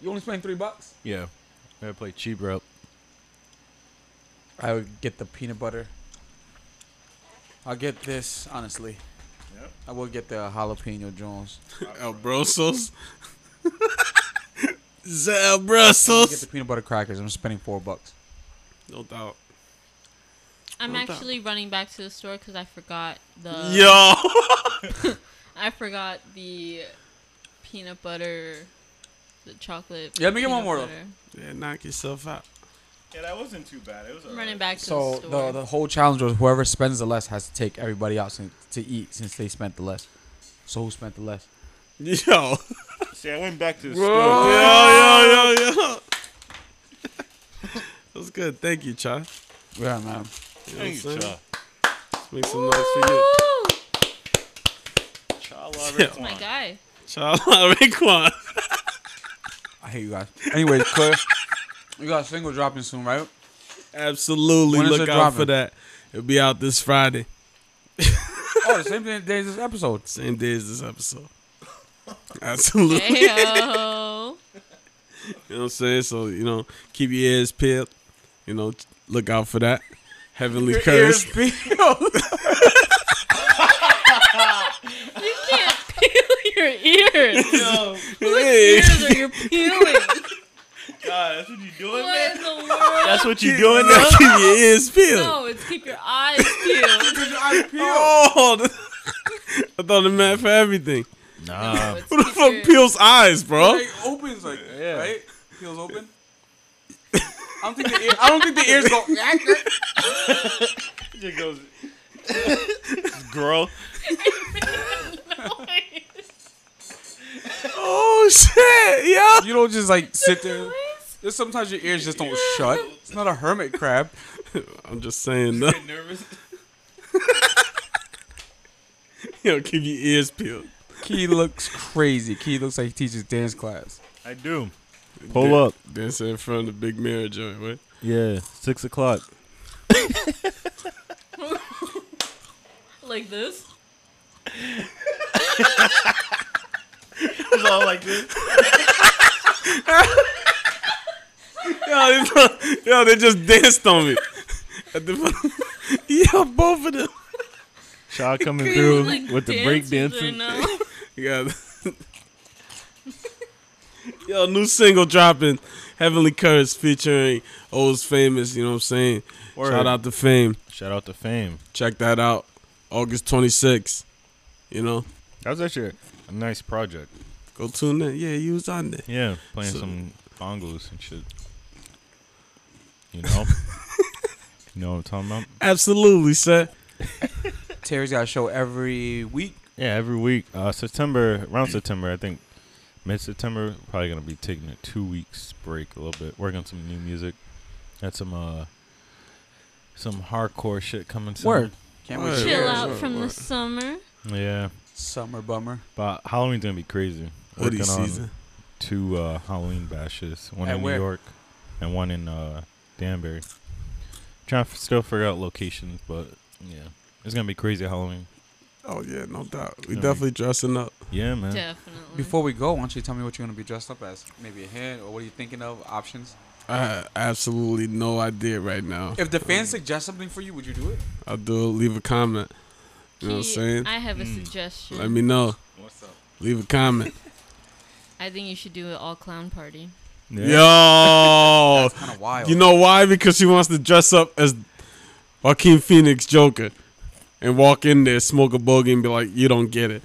[SPEAKER 3] You only spend three bucks?
[SPEAKER 4] Yeah, I play cheap route.
[SPEAKER 3] I would get the peanut butter. I'll get this, honestly.
[SPEAKER 7] Yep.
[SPEAKER 3] I will get the jalapeno Jones.
[SPEAKER 2] El Brosos. Is that El
[SPEAKER 3] Get the
[SPEAKER 2] Brosos?
[SPEAKER 3] peanut butter crackers. I'm spending four bucks.
[SPEAKER 2] No doubt.
[SPEAKER 5] I'm
[SPEAKER 2] Hold up.
[SPEAKER 5] actually running back to the store because I forgot the.
[SPEAKER 2] Yo.
[SPEAKER 5] I forgot the peanut butter, the chocolate.
[SPEAKER 3] Yeah, let me get
[SPEAKER 5] peanut
[SPEAKER 3] one more, though.
[SPEAKER 5] butter.
[SPEAKER 2] yeah, knock yourself out.
[SPEAKER 7] Yeah, that wasn't too bad. It was.
[SPEAKER 5] I'm
[SPEAKER 7] alright.
[SPEAKER 5] running back to
[SPEAKER 3] So
[SPEAKER 5] the store.
[SPEAKER 3] the the whole challenge was whoever spends the less has to take everybody out sin- to eat since they spent the less. So who spent the less?
[SPEAKER 2] [LAUGHS] Yo.
[SPEAKER 7] See, I went back to
[SPEAKER 2] Yo,
[SPEAKER 7] the store.
[SPEAKER 2] yo, yo, yo. [LAUGHS] That's good. Thank you, Chai.
[SPEAKER 3] Yeah, man.
[SPEAKER 2] You know what I'm
[SPEAKER 4] Thank you,
[SPEAKER 2] saying?
[SPEAKER 4] Cha.
[SPEAKER 2] Let's Make some noise for you.
[SPEAKER 5] Woo!
[SPEAKER 7] Child
[SPEAKER 2] [LAUGHS]
[SPEAKER 7] lover.
[SPEAKER 2] Yeah.
[SPEAKER 7] Come
[SPEAKER 5] my
[SPEAKER 7] on.
[SPEAKER 5] guy.
[SPEAKER 2] Chai Raekwon. [LAUGHS]
[SPEAKER 3] I hate you guys. [LAUGHS] Anyways, Claire, you got a single dropping soon, right?
[SPEAKER 2] Absolutely.
[SPEAKER 3] When is
[SPEAKER 2] Look out
[SPEAKER 3] it
[SPEAKER 2] for
[SPEAKER 3] dropping?
[SPEAKER 2] that. It'll be out this Friday.
[SPEAKER 3] Oh, the same thing day as this episode.
[SPEAKER 2] Same day as this episode. [LAUGHS] Absolutely. You
[SPEAKER 5] Ayo.
[SPEAKER 2] know what I'm saying? So, you know, keep your ears peeled. You know, t- look out for that. Heavenly curse.
[SPEAKER 5] you can't
[SPEAKER 7] [LAUGHS]
[SPEAKER 5] peel your ears.
[SPEAKER 7] Yo,
[SPEAKER 2] [LAUGHS] Hey.
[SPEAKER 5] Ears are you peeling?
[SPEAKER 7] [LAUGHS] God, that's what you doing,
[SPEAKER 5] What
[SPEAKER 7] man.
[SPEAKER 5] in the world?
[SPEAKER 7] That's what you doing, man.
[SPEAKER 2] [LAUGHS] keep your ears peeled.
[SPEAKER 5] No, it's keep your eyes peeled. [LAUGHS]
[SPEAKER 7] [LAUGHS]
[SPEAKER 2] Oh, [LAUGHS] I thought it meant for everything.
[SPEAKER 5] No,
[SPEAKER 4] Nah,
[SPEAKER 5] it's
[SPEAKER 2] [LAUGHS] Who the
[SPEAKER 5] keep
[SPEAKER 2] fuck
[SPEAKER 5] your-
[SPEAKER 2] peels eyes, bro?
[SPEAKER 3] Like opens like right? Feels [LAUGHS] open. I don't think the ear, I don't think the ears go.
[SPEAKER 7] It goes. Girl.
[SPEAKER 2] Oh shit,
[SPEAKER 3] [LAUGHS]
[SPEAKER 2] yo.
[SPEAKER 3] You don't just like sit there. There's sometimes your ears just don't shut. It's not a hermit crab.
[SPEAKER 2] I'm just saying, no.
[SPEAKER 7] Get nervous.
[SPEAKER 2] [LAUGHS] yo, keep your ears peeled.
[SPEAKER 3] Key looks crazy. Key looks like he teaches dance class.
[SPEAKER 4] I do. Pull up.
[SPEAKER 2] Dancing in front of the big mirror joint, right?
[SPEAKER 4] Yeah, six o'clock.
[SPEAKER 5] Like this?
[SPEAKER 7] It's all like this.
[SPEAKER 2] Yo, they, yo, they just danced on [LAUGHS] me. At the, [LAUGHS] yo, both of them. [LAUGHS]
[SPEAKER 4] Shaw coming through
[SPEAKER 5] Like
[SPEAKER 4] with the break
[SPEAKER 5] dancers
[SPEAKER 4] dancing.
[SPEAKER 5] right
[SPEAKER 4] [LAUGHS]
[SPEAKER 5] now.
[SPEAKER 2] Yeah. [LAUGHS] Yo, new single dropping, Heavenly Curse featuring O's Famous, you know what I'm saying?
[SPEAKER 4] Word.
[SPEAKER 2] Shout out to Fame.
[SPEAKER 4] Shout out to Fame.
[SPEAKER 2] Check that out. August 26th. You know,
[SPEAKER 4] That was actually a nice project.
[SPEAKER 2] go tune in. Yeah, you was on there.
[SPEAKER 4] Yeah, playing
[SPEAKER 2] So-
[SPEAKER 4] some bongos and shit. You [LAUGHS] know? you know what I'm talking about?
[SPEAKER 2] Absolutely, sir.
[SPEAKER 3] Terry's got a show every week.
[SPEAKER 4] Yeah, every week. Uh, September, around September, I think mid September, probably going to be taking a two weeks break a little bit, working on some new music. Got some, uh, some hardcore shit coming soon.
[SPEAKER 3] Word. Can't
[SPEAKER 2] Word.
[SPEAKER 3] wait. to
[SPEAKER 5] Chill
[SPEAKER 3] hear it.
[SPEAKER 5] out
[SPEAKER 2] word,
[SPEAKER 5] from the
[SPEAKER 2] word.
[SPEAKER 5] summer.
[SPEAKER 4] Yeah.
[SPEAKER 3] Summer bummer.
[SPEAKER 4] But Halloween's going to be crazy.
[SPEAKER 2] Hoodie
[SPEAKER 4] Working on
[SPEAKER 2] season.
[SPEAKER 4] two uh, Halloween bashes, one
[SPEAKER 3] At
[SPEAKER 4] in
[SPEAKER 3] where?
[SPEAKER 4] New York and one in uh, Danbury. Trying to f- still figure out locations, but yeah, it's gonna be crazy Halloween.
[SPEAKER 2] Oh, yeah, no doubt. We
[SPEAKER 4] Yeah, we-
[SPEAKER 2] definitely dressing up.
[SPEAKER 4] Yeah, man.
[SPEAKER 5] Definitely.
[SPEAKER 3] Before we go, why don't you tell me what you're gonna be dressed up as? Maybe a hand or what are you thinking of? Options.
[SPEAKER 2] I have absolutely no idea right now.
[SPEAKER 3] If the fans suggest something for you, would you do it?
[SPEAKER 2] I'll do leave a comment. You know what I'm
[SPEAKER 5] Pete,
[SPEAKER 2] saying?
[SPEAKER 5] I have a suggestion.
[SPEAKER 2] Let me know.
[SPEAKER 4] What's up?
[SPEAKER 2] Leave a comment.
[SPEAKER 5] I think you should do an all clown party.
[SPEAKER 4] Yeah.
[SPEAKER 2] Yo,
[SPEAKER 3] Kind of wild.
[SPEAKER 2] you know why? Because she wants to dress up as Joaquin Phoenix Joker and walk in there, smoke a bogey, and be like, "You don't get it."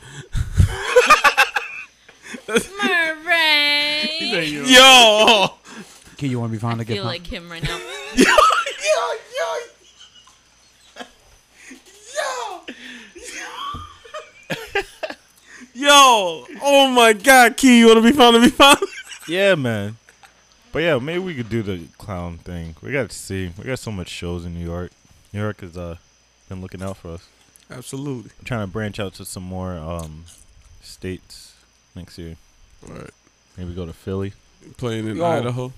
[SPEAKER 5] [LAUGHS] Murray.
[SPEAKER 2] Yo, yo,
[SPEAKER 3] Kid, you want to be found
[SPEAKER 5] I
[SPEAKER 3] to get
[SPEAKER 5] feel
[SPEAKER 3] like-
[SPEAKER 5] like him right [LAUGHS] now.
[SPEAKER 2] yo, yo, yo! Oh my God, Key, you want to be found to be found?
[SPEAKER 4] Yeah, man. But yeah, maybe we could do the clown thing. We got to see. We got so much shows in New York. New York has uh, been looking out for us.
[SPEAKER 2] Absolutely.
[SPEAKER 4] We're trying to branch out to some more um, states next year.
[SPEAKER 2] All right,
[SPEAKER 4] Maybe go to Philly,
[SPEAKER 2] playing in
[SPEAKER 3] Yo.
[SPEAKER 2] Idaho.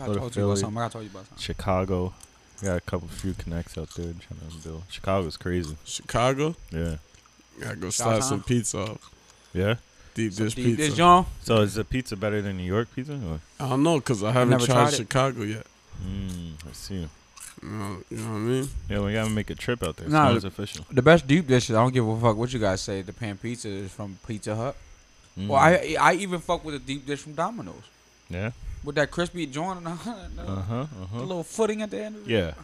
[SPEAKER 3] I
[SPEAKER 4] go
[SPEAKER 3] told you
[SPEAKER 4] to
[SPEAKER 3] about
[SPEAKER 4] Philly.
[SPEAKER 3] something. I told you about something.
[SPEAKER 4] Chicago. We got a couple few connects out there. Trying to build. Chicago's crazy.
[SPEAKER 2] Chicago.
[SPEAKER 4] Yeah.
[SPEAKER 2] Gotta go slide some
[SPEAKER 3] Downtown.
[SPEAKER 2] pizza off.
[SPEAKER 4] Yeah.
[SPEAKER 2] Deep dish
[SPEAKER 3] Deep
[SPEAKER 2] pizza.
[SPEAKER 3] dish, John.
[SPEAKER 4] So is the pizza better than New York pizza? Or?
[SPEAKER 2] I don't know because I haven't
[SPEAKER 3] never
[SPEAKER 2] tried,
[SPEAKER 3] tried it.
[SPEAKER 2] Chicago yet.
[SPEAKER 3] Hmm,
[SPEAKER 4] Mm, I see.
[SPEAKER 2] You know, you know what I [LAUGHS] mean?
[SPEAKER 4] Yeah, we gotta make a trip out there.
[SPEAKER 3] Nah,
[SPEAKER 4] Sounds official.
[SPEAKER 3] The best deep dishes. I don't give a fuck what you guys say. The pan pizza is from Pizza Hut.
[SPEAKER 4] Mm.
[SPEAKER 3] Well, I I even fuck with the deep dish from Domino's
[SPEAKER 4] Hmm. yeah.
[SPEAKER 3] with that crispy joint and [LAUGHS] the,
[SPEAKER 4] Uh huh. Uh
[SPEAKER 3] the
[SPEAKER 4] huh.
[SPEAKER 3] little footing at the end. Of it.
[SPEAKER 4] Yeah.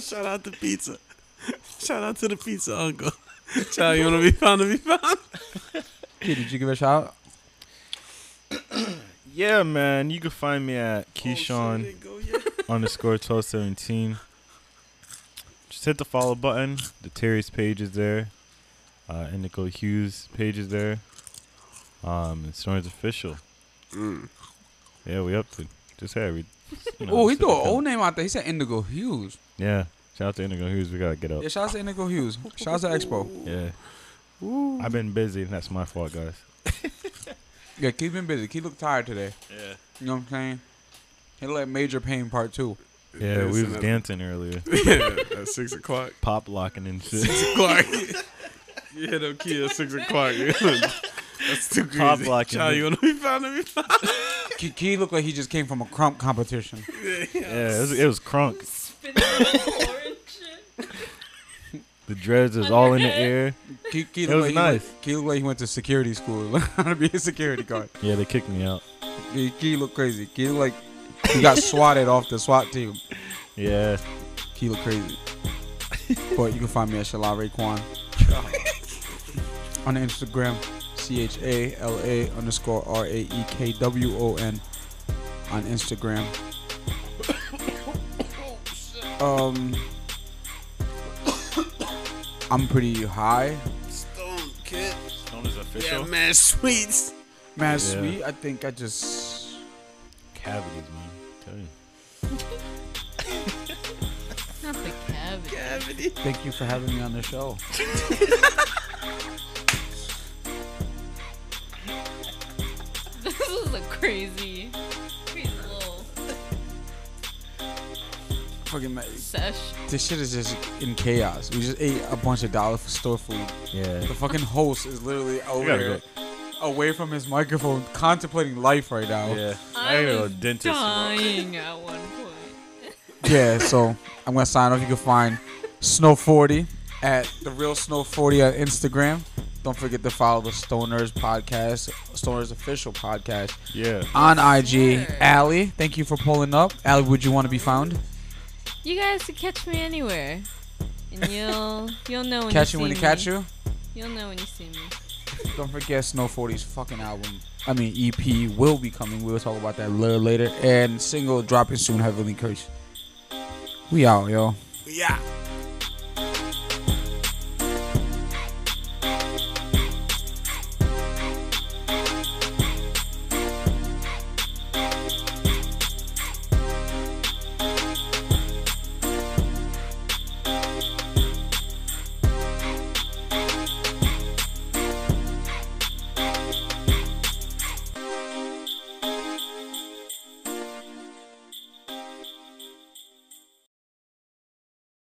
[SPEAKER 2] Shout out to pizza. [LAUGHS] Shout out to the pizza uncle. [LAUGHS] Child, you want to be found to be found?
[SPEAKER 3] Kid, did you give it a shout? out?
[SPEAKER 4] Yeah, man. You can find me at
[SPEAKER 2] Oh,
[SPEAKER 4] Keyshawn underscore twelve seventeen. Just hit the follow button. The Terry's page is there. Uh, Indigo Hughes page is there. Um, and Snorri's official.
[SPEAKER 2] Mm.
[SPEAKER 4] Yeah, we up to just hey, we. you know,
[SPEAKER 3] oh, he
[SPEAKER 4] just
[SPEAKER 3] threw
[SPEAKER 4] hit the
[SPEAKER 3] an
[SPEAKER 4] follow-
[SPEAKER 3] old name out there. He said Indigo Hughes.
[SPEAKER 4] Yeah. Shout out to Indigo Hughes. We gotta get up.
[SPEAKER 3] Yeah, shout out to Indigo Hughes. Shout out to Expo.
[SPEAKER 4] Yeah. I've been busy, and that's my fault, guys.
[SPEAKER 3] Yeah, keep him busy. Keep look tired today.
[SPEAKER 7] Yeah.
[SPEAKER 3] You know what I'm saying? He look like Major Pain Part Two.
[SPEAKER 4] Yeah,
[SPEAKER 2] Yeah,
[SPEAKER 4] we
[SPEAKER 2] so
[SPEAKER 4] was
[SPEAKER 2] that-
[SPEAKER 4] dancing earlier.
[SPEAKER 2] [LAUGHS] yeah, at 6 o'clock.
[SPEAKER 4] Pop locking and shit.
[SPEAKER 2] o'clock. you hit up Key at 6 o'clock. [LAUGHS] That's too crazy.
[SPEAKER 4] Pop locking.
[SPEAKER 2] Child, you want to be found to be found?
[SPEAKER 3] Key, Key looked like he just came from a crump competition.
[SPEAKER 4] yeah, it was, it was crunk.
[SPEAKER 5] Spinning the floor and shit.
[SPEAKER 4] The dreads was all in the air.
[SPEAKER 3] Key, Key
[SPEAKER 4] It
[SPEAKER 3] looked
[SPEAKER 4] was
[SPEAKER 3] like He went, Key looked like he went to security school. [LAUGHS] Learned how to be a security guard.
[SPEAKER 4] Yeah, they kicked me out.
[SPEAKER 3] Key, Key looked crazy. Key looked like he got [LAUGHS] swatted off the SWAT team.
[SPEAKER 4] Yeah.
[SPEAKER 3] Key looked [LAUGHS] crazy. but you can find me at Shalare [LAUGHS] Kwan on Instagram, C H A L A underscore R A E K W O N on [COUGHS] Instagram. Um, I'm pretty high.
[SPEAKER 2] Stone, kid.
[SPEAKER 4] Stone is
[SPEAKER 2] Yeah,
[SPEAKER 4] official.
[SPEAKER 2] man, sweets.
[SPEAKER 3] Man,
[SPEAKER 4] Yeah.
[SPEAKER 3] sweet. I think I just.
[SPEAKER 4] Cavities, man. Tell you.
[SPEAKER 5] Not the cavity.
[SPEAKER 3] Thank you for having me on the show.
[SPEAKER 5] [LAUGHS] This is a crazy, crazy little.
[SPEAKER 3] fucking mad.
[SPEAKER 5] Sesh.
[SPEAKER 3] This shit is just in chaos. We just ate a bunch of dollar for store food.
[SPEAKER 4] Yeah.
[SPEAKER 3] The fucking host is literally over
[SPEAKER 4] gotta
[SPEAKER 3] there, away from his microphone, contemplating life right now.
[SPEAKER 4] Yeah.
[SPEAKER 5] I
[SPEAKER 4] gotta go
[SPEAKER 5] was
[SPEAKER 4] to dentist tomorrow.
[SPEAKER 5] dying at one point.
[SPEAKER 3] Yeah, so I'm gonna sign off. You can find Snow Forty at the Real Snow Forty on Instagram. Don't forget to follow the Stoners podcast, Stoners official podcast
[SPEAKER 4] Yeah.
[SPEAKER 3] on IG.
[SPEAKER 5] Sure.
[SPEAKER 3] Allie, thank you for pulling up. Allie, would you want to be found?
[SPEAKER 5] You guys can catch me anywhere, and you'll you'll know when
[SPEAKER 3] catch
[SPEAKER 5] you
[SPEAKER 3] you when
[SPEAKER 5] see
[SPEAKER 3] you catch
[SPEAKER 5] me.
[SPEAKER 3] you.
[SPEAKER 5] You'll know when you see me.
[SPEAKER 3] Don't forget Snow 40's fucking album. I mean EP will be coming. We'll talk about that a little later. And single dropping soon. Heavily cursed. We out, yo.
[SPEAKER 2] Yeah.